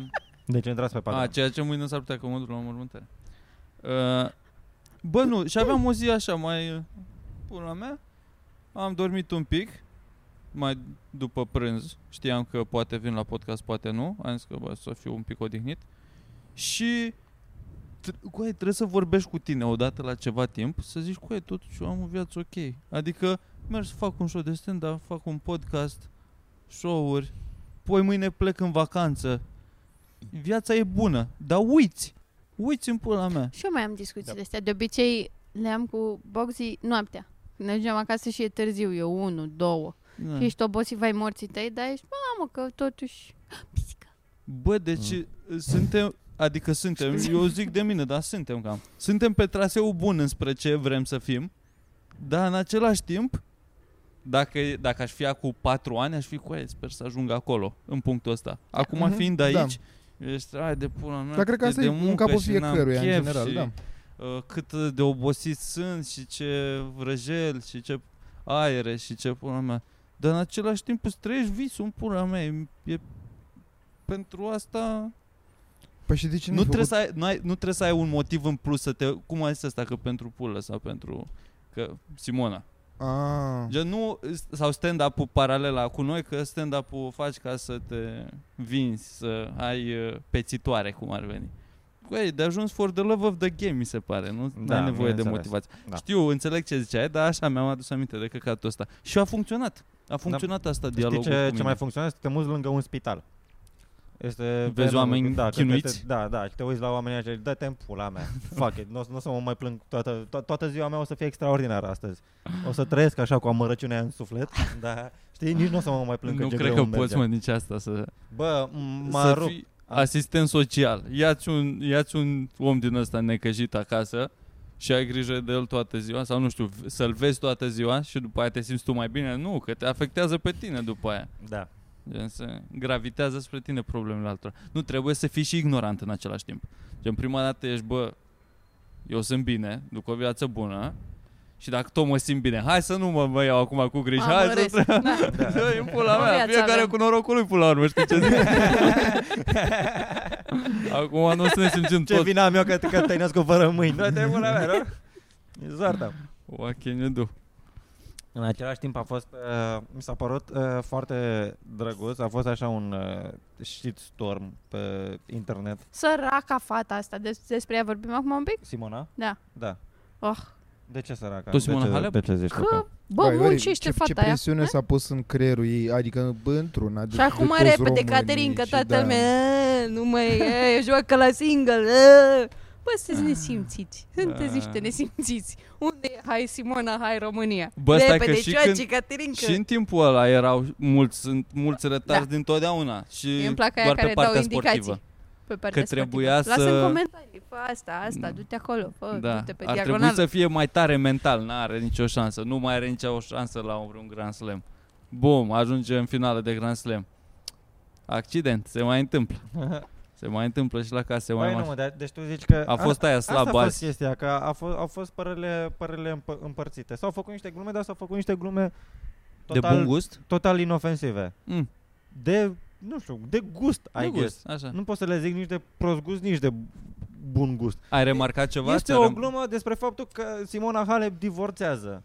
Deci intrați pe
a,
Patreon.
ceea ce mâine s-ar putea că mă duc la o mormântare. Uh, bă, nu, și aveam o zi așa mai uh, pula mea. Am dormit un pic, mai după prânz. Știam că poate vin la podcast, poate nu. Am zis că bă, să fiu un pic odihnit. Și tr- Coe, trebuie să vorbești cu tine odată la ceva timp, să zici, coe, totuși eu am o viață ok. Adică merg să fac un show de stand-up, fac un podcast, show-uri, poi mâine plec în vacanță. Viața e bună, dar uiți, uiți în pula mea.
Și eu mai am discuțiile da. astea. De obicei le am cu Boxy noaptea. Când ajungeam acasă și e târziu, e 1, 2.
Da.
Și ești obosit, vai morții tăi, dar ești, mamă, că totuși... Pisică.
Bă, deci mm. suntem Adică suntem, eu zic de mine, dar suntem cam. Suntem pe traseul bun înspre ce vrem să fim, dar în același timp, dacă, dacă aș fi acum 4 ani, aș fi cu el, sper să ajung acolo, în punctul ăsta. Acum
Mhm,
fiind
da.
aici, ești, ai de pula mea,
Dar cred că
cât
asta
de
e un
muncă
capul
și n-am
fiecăruia, în
chef
general,
și,
da.
uh, cât de obosit sunt și ce vrăjel și ce aere și ce pula mea. Dar în același timp îți trăiești visul în pula mea. E, e pentru asta
Păi și de ce
nu
n-ai
trebuie,
făcut?
să ai, nu, ai, nu trebuie să ai un motiv în plus să te... Cum ai zis asta? Că pentru pulă sau pentru... Că Simona.
Ah.
Gen, nu, sau stand-up-ul paralela cu noi, că stand-up-ul o faci ca să te vinzi, să ai uh, pețitoare, cum ar veni. Băi, de ajuns for the love of the game, mi se pare, nu
Da,
da, ai nevoie de
bineînțeles.
motivație.
Da.
Da. Știu, înțeleg ce ziceai, dar așa mi-am adus aminte de căcatul ăsta. Și a funcționat. A funcționat da. asta
Știi
dialogul cu
ce,
mine.
ce mai funcționează? Să te muți lângă un spital. Este
Vezi oameni
da, că
chinuiți?
Te, da, da, și te uiți la oamenii aceia și dă-te în pula mea. Fuck it, nu, o să- nu o să mă mai plâng. Toată, to- toată ziua mea o să fie extraordinară astăzi. O să trăiesc așa cu amărăciunea în suflet, dar știi, nici nu o să mă mai plâng
nu
ce
cred că
greu îmi
poți, mă,
merge.
nici asta să...
Bă, mă
să
rup.
fii asistent social. Iați un, iați un om din ăsta necăjit acasă și ai grijă de el toată ziua sau nu știu, v- să-l vezi toată ziua și după aia te simți tu mai bine. Nu, că te afectează pe tine după aia.
Da.
Gen, se gravitează spre tine problemele altora. Nu trebuie să fii și ignorant în același timp. Gen, prima dată ești, bă, eu sunt bine, duc o viață bună și dacă tot mă simt bine, hai să nu mă, mă iau acum cu grijă, hai să
Amăresc. Da.
da. e în pula
O
mea,
viață
fiecare
avem.
cu norocul lui pula la urmă, știi ce zic? Acum nu o să ne simțim
Ce
tot.
vina am eu că, că te nascut fără mâini? Dă-te în pula mea, nu? E zoarta.
Ok, ne du.
În același timp a fost, uh, mi s-a părut uh, foarte drăguț, a fost așa un uh, shitstorm pe internet.
Săraca fata asta, des- despre ea vorbim acum un pic?
Simona?
Da.
Da.
Oh.
De ce săraca?
Tu, Simona
de ce,
Halep?
pe ce zici tu
Că, bă,
Vai,
Vai,
Ori,
muncește
ce, ce
fata aia.
presiune s-a pus în creierul ei, adică bă, într-una. de-
Și acum
de toți
repede,
românii
Caterin, că
și
toată
da.
lumea, "E, nu mai e, joacă la single. e." Bă,
Ah.
sunteți nesimțiți. Sunteți
Da.
niște nesimțiți. Unde e? Hai Simona, hai România.
Bă, stai că
repede,
și
joace,
când-
Caterinca.
Și în timpul ăla erau mulți, sunt mulți retarzi din totdeauna și
Mie Da. îmi plac aia
doar
care
pe
dau
partea
indicații.
sportivă.
Pe partea
Că trebuia
sportivă. Lasă
să-
în comentarii, fă asta, asta,
Da.
du-te acolo, fă,
Da,
du-te pe
ar trebui
diagonală.
să fie mai tare mental, n-are nicio șansă, nu mai are nicio șansă la un Grand Slam. Bum, ajunge în finală de Grand Slam. Accident, se mai întâmplă. Se mai întâmplă și la casă, mai
Băi, nu,
mai...
mă, dar, deci tu zici că...
A fost aia
Asta a
slabă
fost
azi.
chestia, că a fost, au fost părele, părele împă, împărțite. S-au făcut niște glume, dar s-au făcut niște glume
De bun
total,
gust?
total inofensive.
Mm,
De, nu știu, de gust,
de
ai
gust, da. așa.
Nu pot să le zic nici de prost gust, nici de bun gust.
Ai remarcat ceva?
este
Ți-a
o
rem-
glumă despre faptul că Simona Halep divorțează.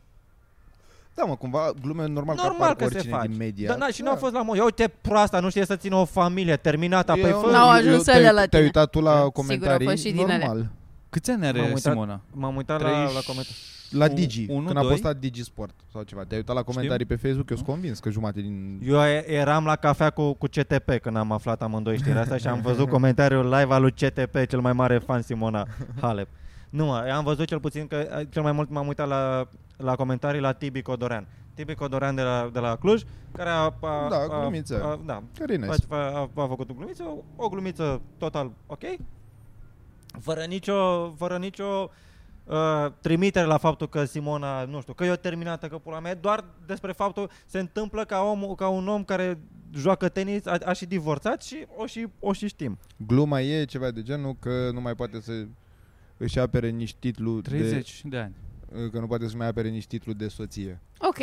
Da, mă, cumva glume normal,
Normal
apar
că se
oricine
face.
din media.
Dar na, și nu a
Da.
fost la mod. "Ia Uite, proasta, nu știe să țină o familie terminată. Păi
Eu-
fă...
N-au
eu-
ajuns
te-ai-
ele la
Te-ai
tine.
uitat tu
Sigur,
la
au
comentarii?
fost și din alea.
Normal.
Câți ani
M-am
are
uitat-
Simona?
M-am uitat la, la
30
comentarii.
La
U-
Digi,
unu,
când a
doi?
postat Digi Sport sau ceva. Te-ai uitat la comentarii pe Facebook? Eu sunt convins că jumate din...
Eu e- eram la cafea cu, cu CTP când am aflat amândoi știrea asta și am văzut comentariul live al lui CTP, cel mai mare fan Simona Halep. Nu, mă, am văzut cel puțin că a, cel mai mult m-am uitat la, la comentarii la Tibi Codorean. Tibi Codorean de la, de la Cluj, care a... a
Da,
a,
glumiță.
A, da,
Care e nice.
a, a, a făcut o glumiță, o, o glumiță total ok, fără nicio, fără nicio uh, trimitere la faptul că Simona, nu știu, că e o terminată, că pula mea, e, doar despre faptul se întâmplă ca, om, ca un om care joacă tenis, a, a și divorțat și o și, o și știm.
Gluma e ceva de genul că nu mai poate să își apere nici titlul
30 de, ani.
de... Că nu poate să mai apere nici titlul de soție.
Ok.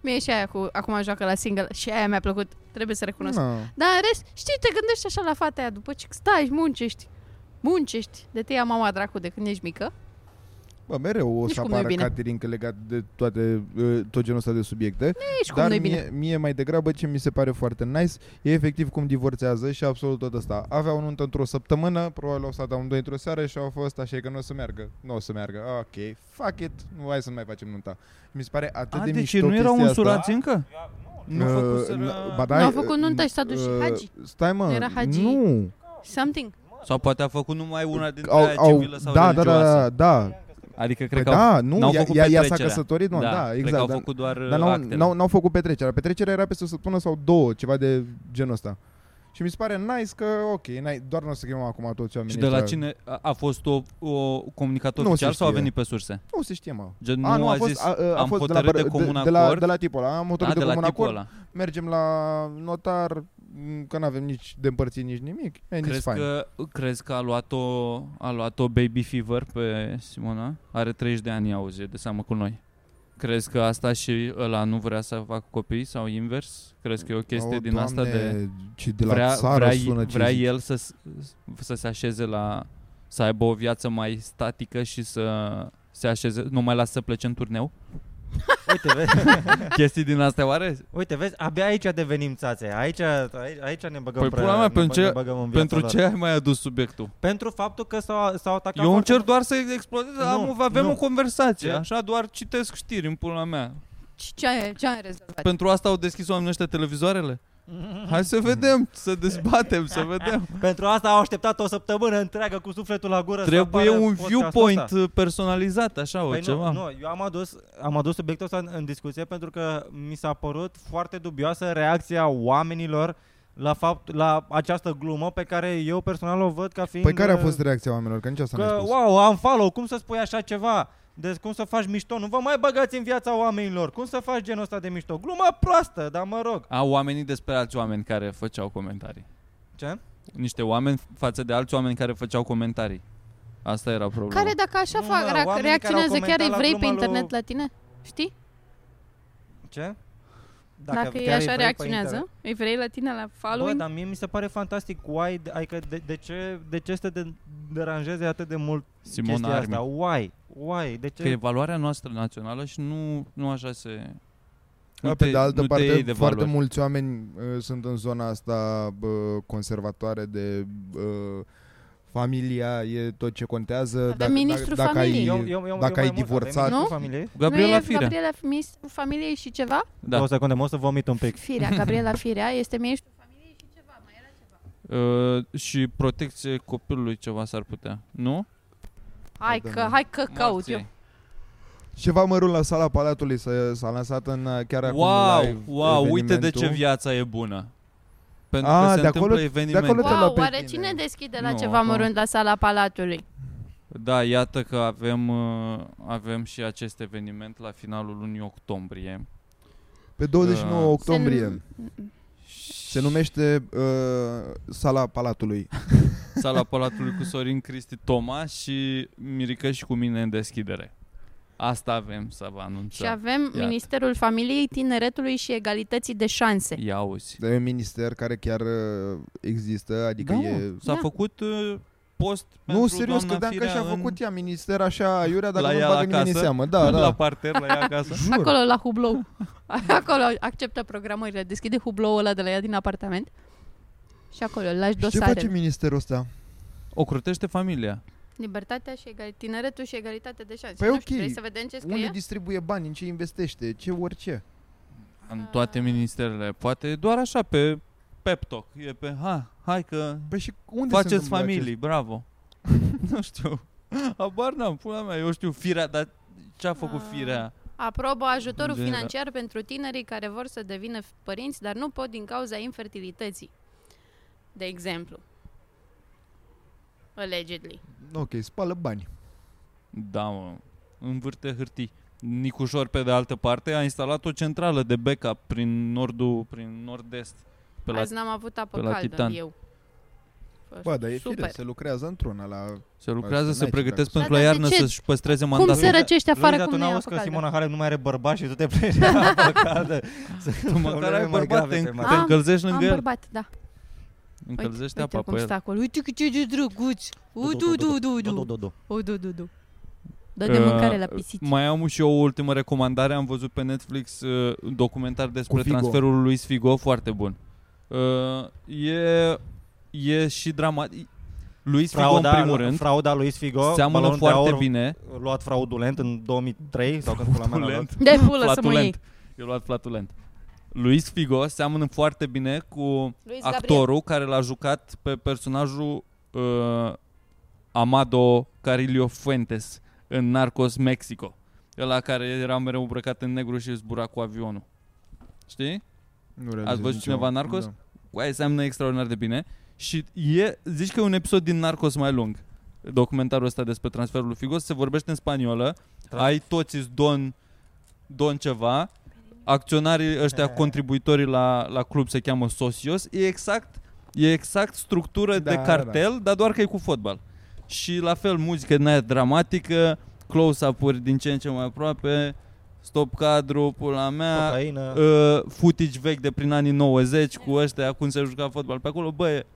Mie și aia cu, acum joacă la single și aia mi-a plăcut, trebuie să recunosc.
Na.
Dar în rest, știi, te gândești așa la fata aia după ce stai, și muncești. Muncești. De te ia mama dracu de când ești mică.
Bă, mereu o
Nici
să
cum nu e
apară
bine.
catering legat de toate, uh, tot genul ăsta de subiecte.
Ești cum
Dar
nu-i
mie,
bine.
mie mai degrabă ce mi se pare foarte nice e efectiv cum divorțează și absolut tot asta. Avea un nuntă într-o săptămână, probabil au stat amândoi într-o seară și au fost așa e că nu o să meargă. Nu o să meargă. Ok, fuck it. Nu hai să nu mai facem nunta. Mi se pare atât
A,
de
deci
mișto
nu erau
chestia
însurați
asta.
încă? Nu
Uh,
făcuseră...
n- ba da,
Nu au
uh,
făcut nuntă și s-a dus și
uh,
hagi.
Stai mă,
Era hagi.
nu.
Something.
Sau poate a făcut numai una dintre
Au,
aia
au,
civilă sau
da, da, da,
religioasă.
da, da.
Adică
Păi
cred că au...
da, nu,
n-au
ea,
făcut
ea, ea s-a
petrecerea.
căsătorit, nu, da,
cred că
exact.
au
dar-
făcut doar
Dar
uh,
n-au,
actele.
n-au, n-au făcut petrecerea. Petrecerea era peste o săptămână sau două, ceva de genul ăsta. Și mi se pare nice că, ok, n-ai, doar nu o să chemăm acum toți oamenii
Și de la
ăștia.
cine a, a fost o, o comunicator
da. Nu se
oficial sau a
știe.
venit pe surse?
Nu se știe, mă.
Gen,
a,
nu,
nu,
a,
a fost,
zis,
a, a, a
am
fost de la,
hotărât
bă-
de comun
de, la,
acord.
de la tipul ăla, am hotărât
a,
de,
de la
comun
tipul
acord,
ăla.
mergem la notar, m, că n-avem nici de împărțit nici nimic, and it's
Crezi
fine.
că, crezi că a luat-o, a luat-o baby fever pe Simona? Are 30 de ani, auzi, e de seamă cu noi. Crezi că asta și ăla nu vrea să facă copii sau invers? Crezi că e o chestie
O,
din
Oh, Doamne,
asta de...
Ce de la țară
vrea,
sună ce
vrea
zici.
el să, s- să se așeze la... să aibă o viață mai statică și să se așeze, nu mai lasă să plece în turneu?
Uite, vezi,
Chestii din astea oare?
uite, vezi, abia aici devenim țațe. Aici, aici, aici ne băgăm
Păi,
prea,
pula mea,
ne
pentru
bă- ne
ce-
băgăm în viața
Pentru
lor.
ce ai mai adus subiectul?
Pentru faptul că s-au, s-au atacat
Eu
foarte
încerc doar să explodez, am,
Nu,
avem
nu. Da.
o conversație,
Ce?
așa doar citesc știri în pula mea.
Ce, ce, ai, ce ai rezolvat?
Pentru asta au deschis oamenii ăștia televizoarele? Hai să vedem, să dezbatem, să vedem.
Pentru asta au așteptat o săptămână întreagă cu sufletul la gură. să
Trebuie
apară
un
podcastul
viewpoint
ăsta.
personalizat, așa, o
Păi
ceva.
nu, nu, eu am adus, am adus subiectul ăsta în, în discuție pentru că mi s-a părut foarte dubioasă reacția oamenilor la fapt la această glumă pe care eu personal o văd ca fiind
Păi care a
uh,
fost reacția oamenilor? Că nici asta n-ai
Că,
spus.
wow, am follow, cum să spui așa ceva? Deci cum să faci mișto? Nu vă mai băgați în viața oamenilor. Cum să faci genul ăsta de mișto? Gluma proastă, dar mă rog.
A, oamenii despre alți oameni care făceau comentarii.
Ce?
Niște oameni față de alți oameni care făceau comentarii. Asta era problema.
Care da- dacă așa
Nu,
fac,
mă, oamenii
ra-
care au
reacționează
comentat
chiar îi
la
vrei pe
gluma lui-
internet la tine? Știi?
Ce?
Dacă,
chiar
e
îi vrei
așa
pe
reacționează, îi vrei la tine la
Bă,
following?
dar mie mi se pare fantastic why, adică de, de, ce, de ce să te de- deranjeze atât de mult
Simona
chestia
Armin.
asta? Why? Why? De ce?
Că e valoarea noastră națională și nu, nu așa se...
Da, pe de altă
nu te iei
parte,
de
foarte
valori.
mulți oameni uh, sunt în zona asta bă, conservatoare de uh, familia e tot ce contează. dacă,
ministrul
dacă, dacă ai,
familiei.
dacă
mai
ai
mult,
divorțat,
avem
Nu?
Familie?
nu
Gabriela
e
Firea.
Gabriela, ministrul familiei și ceva?
Da.
Da.
O secundă, mă o să vomit un pic.
Firea, Gabriela Firea este ministrul
Uh, și protecție copilului ceva s-ar putea, nu?
Hai
Da,
că,
mă.
hai că caut
Morții.
eu.
Ceva mărul la sala Palatului s-a, s-a lansat în uh, chiar acum
Wow,
live
wow, uite de ce
evenimentul.
viața e bună. Pentru
Ah,
că se
de
întâmplă
acolo-
evenimente.
de acolo- Uite-l
Wow,
pe
oare
tine.
cine deschide la
Nu,
ceva
acum-
mărunt la sala Palatului?
Da, iată că avem, uh, avem și acest eveniment la finalul lunii octombrie.
Pe 29
Uh,
octombrie
Se
se, numește uh, sala Palatului.
Sala Palatului cu Sorin Cristi Toma și Mirica și cu mine în deschidere. Asta avem să vă
Da.
Și
anunțăm.
avem Ministerul Familiei, Tineretului și Egalității de Șanse.
Ia auzi.
Dar e un minister care chiar uh, există, adică
Da,
e...
mă, S-a
Da.
făcut uh, post pentru
Nu, serios,
doamna
credeam că
Firea
și-a
în-
făcut ea minister așa, iurea, dacă
La
nu
ea
bagă
la
nimeni în
casă?
seamă. Da, da.
la parter, la ea acasă.
Jur.
Acolo, la Hublou. Acolo acceptă programările. Deschide Hublou ăla de la ea din apartament. Și acolo, lași
Și ce face
dosare.
ministerul ăsta?
Ocrotește familia.
Libertatea și egal... tineretul și egalitatea de șanse.
Păi
nu
ok.
știu, vrei să vedem ce scrie?
Unde distribuie bani, în ce investește, ce orice.
În
Ah.
toate ministerele. Poate doar așa, pe pep talk. E pe, ha, hai că
Păi și unde se
faceți
întâmplă
familii, bravo. nu știu. Habar n-am, pula mea, eu știu firea, dar ce a făcut
Ah.
firea?
Aprobă ajutorul
În general.
financiar pentru tinerii care vor să devină f- părinți, dar nu pot din cauza infertilității. De exemplu. Allegedly.
acest- Ok, spală bani.
Da, mă, învârte hârtii. Nicușor, pe de altă parte, a instalat o centrală de backup prin nordul, prin nord-est. Pe la,
Azi n-am avut apă
pe la
caldă
Titan.
eu. Fost
Bă, dar e
super.
fire, se lucrează într-una la...
se lucrează,
Asta n-ai
se
ce
pregătesc
dracu.
pentru
Da,
la
dar
iarnă
de ce?
să-și păstreze
Cum
mandatul.
se răcește afară,
Luiza,
cum
tu
nu e
n-auzi
apă
că
caldă?
Simona Halep nu mai are bărbat și tu te plângi de apă caldă. Sunt
Tu măcar
probleme
ai
mai
bărbat,
grave
te,
pe
te
mare.
Am-
încălzești
Am
lângă el.
bărbat, da.
Încălzește
uite
apa pe
cum stă
el.
acolo. Uite cât e de drăguț. Udu, du, du, du. Udu, du, du. Dă de
Uh,
mâncare la pisici.
Mai am și eu o ultimă recomandare. Am văzut pe Netflix uh, un documentar despre
Cu Figo.
transferul lui Sfigo, foarte bun. Uh, e, e și dramatic. Luis Figo, în primul
Frauda,
rând,
frauda lui Sfigo,
seamănă
balonul de
foarte
aur
bine.
luat fraudulent în 2003 sau când pula mea l-a luat.
Fraudulent.
De pulă să mă iei.
Flatulent. Eu luat flatulent. Luis Figo seamănă foarte bine cu
Luis Gabriel.
actorul care l-a jucat pe personajul uh, Amado Carillo Fuentes în Narcos Mexico. Ăla care era mereu îmbrăcat în negru și zbura cu avionul. Știi?
Nu realizez
văzut
nicio-
cineva Narcos?
Da.
cu aia seamănă extraordinar de bine și e, zici că e un episod din Narcos mai lung. Documentarul ăsta despre transferul lui Figo se vorbește în spaniolă.
Tra-
Ai toți don don ceva. Acționarii ăștia
Eh.
contribuitorii la, la club se cheamă socios. E exact e exact structură
Da,
de
da,
cartel, dar doar că e cu fotbal. Și la fel muzică din aia dramatică, close-up-uri din ce în ce mai aproape, stop cadru, pula mea.
Cocaină.
uh, footage vechi de prin anii 90 cu ăștia, cum se juca fotbal pe acolo, bă, e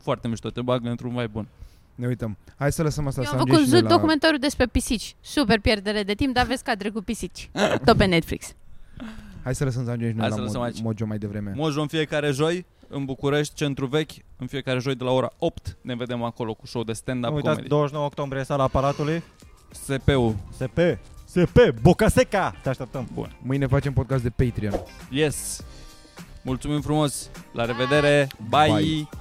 foarte mișto, te bagă într-un vibe bun.
Ne uităm. Hai să lăsăm asta
Eu
să
am
ajungem
făcut
și noi
zi-
la...
documentarul despre pisici. Super pierdere de timp, dar vezi cadre cu pisici. Tot pe Netflix.
Hai să lăsăm să ajungem și noi
Hai
la
să lăsăm
Mo-
aici.
Mojo mai devreme.
Mojo în fiecare joi, în București, centru vechi, în fiecare joi de la ora 8 ne vedem acolo cu show de
Nu
stand-up
uitați,
comedy.
29 octombrie, sala aparatului.
SP-ul.
SP. SP. Bocaseca. Te așteptăm.
Mâine facem podcast de Patreon.
Yes! Mulțumim frumos! La revedere! Bye!
Bye.
Bye.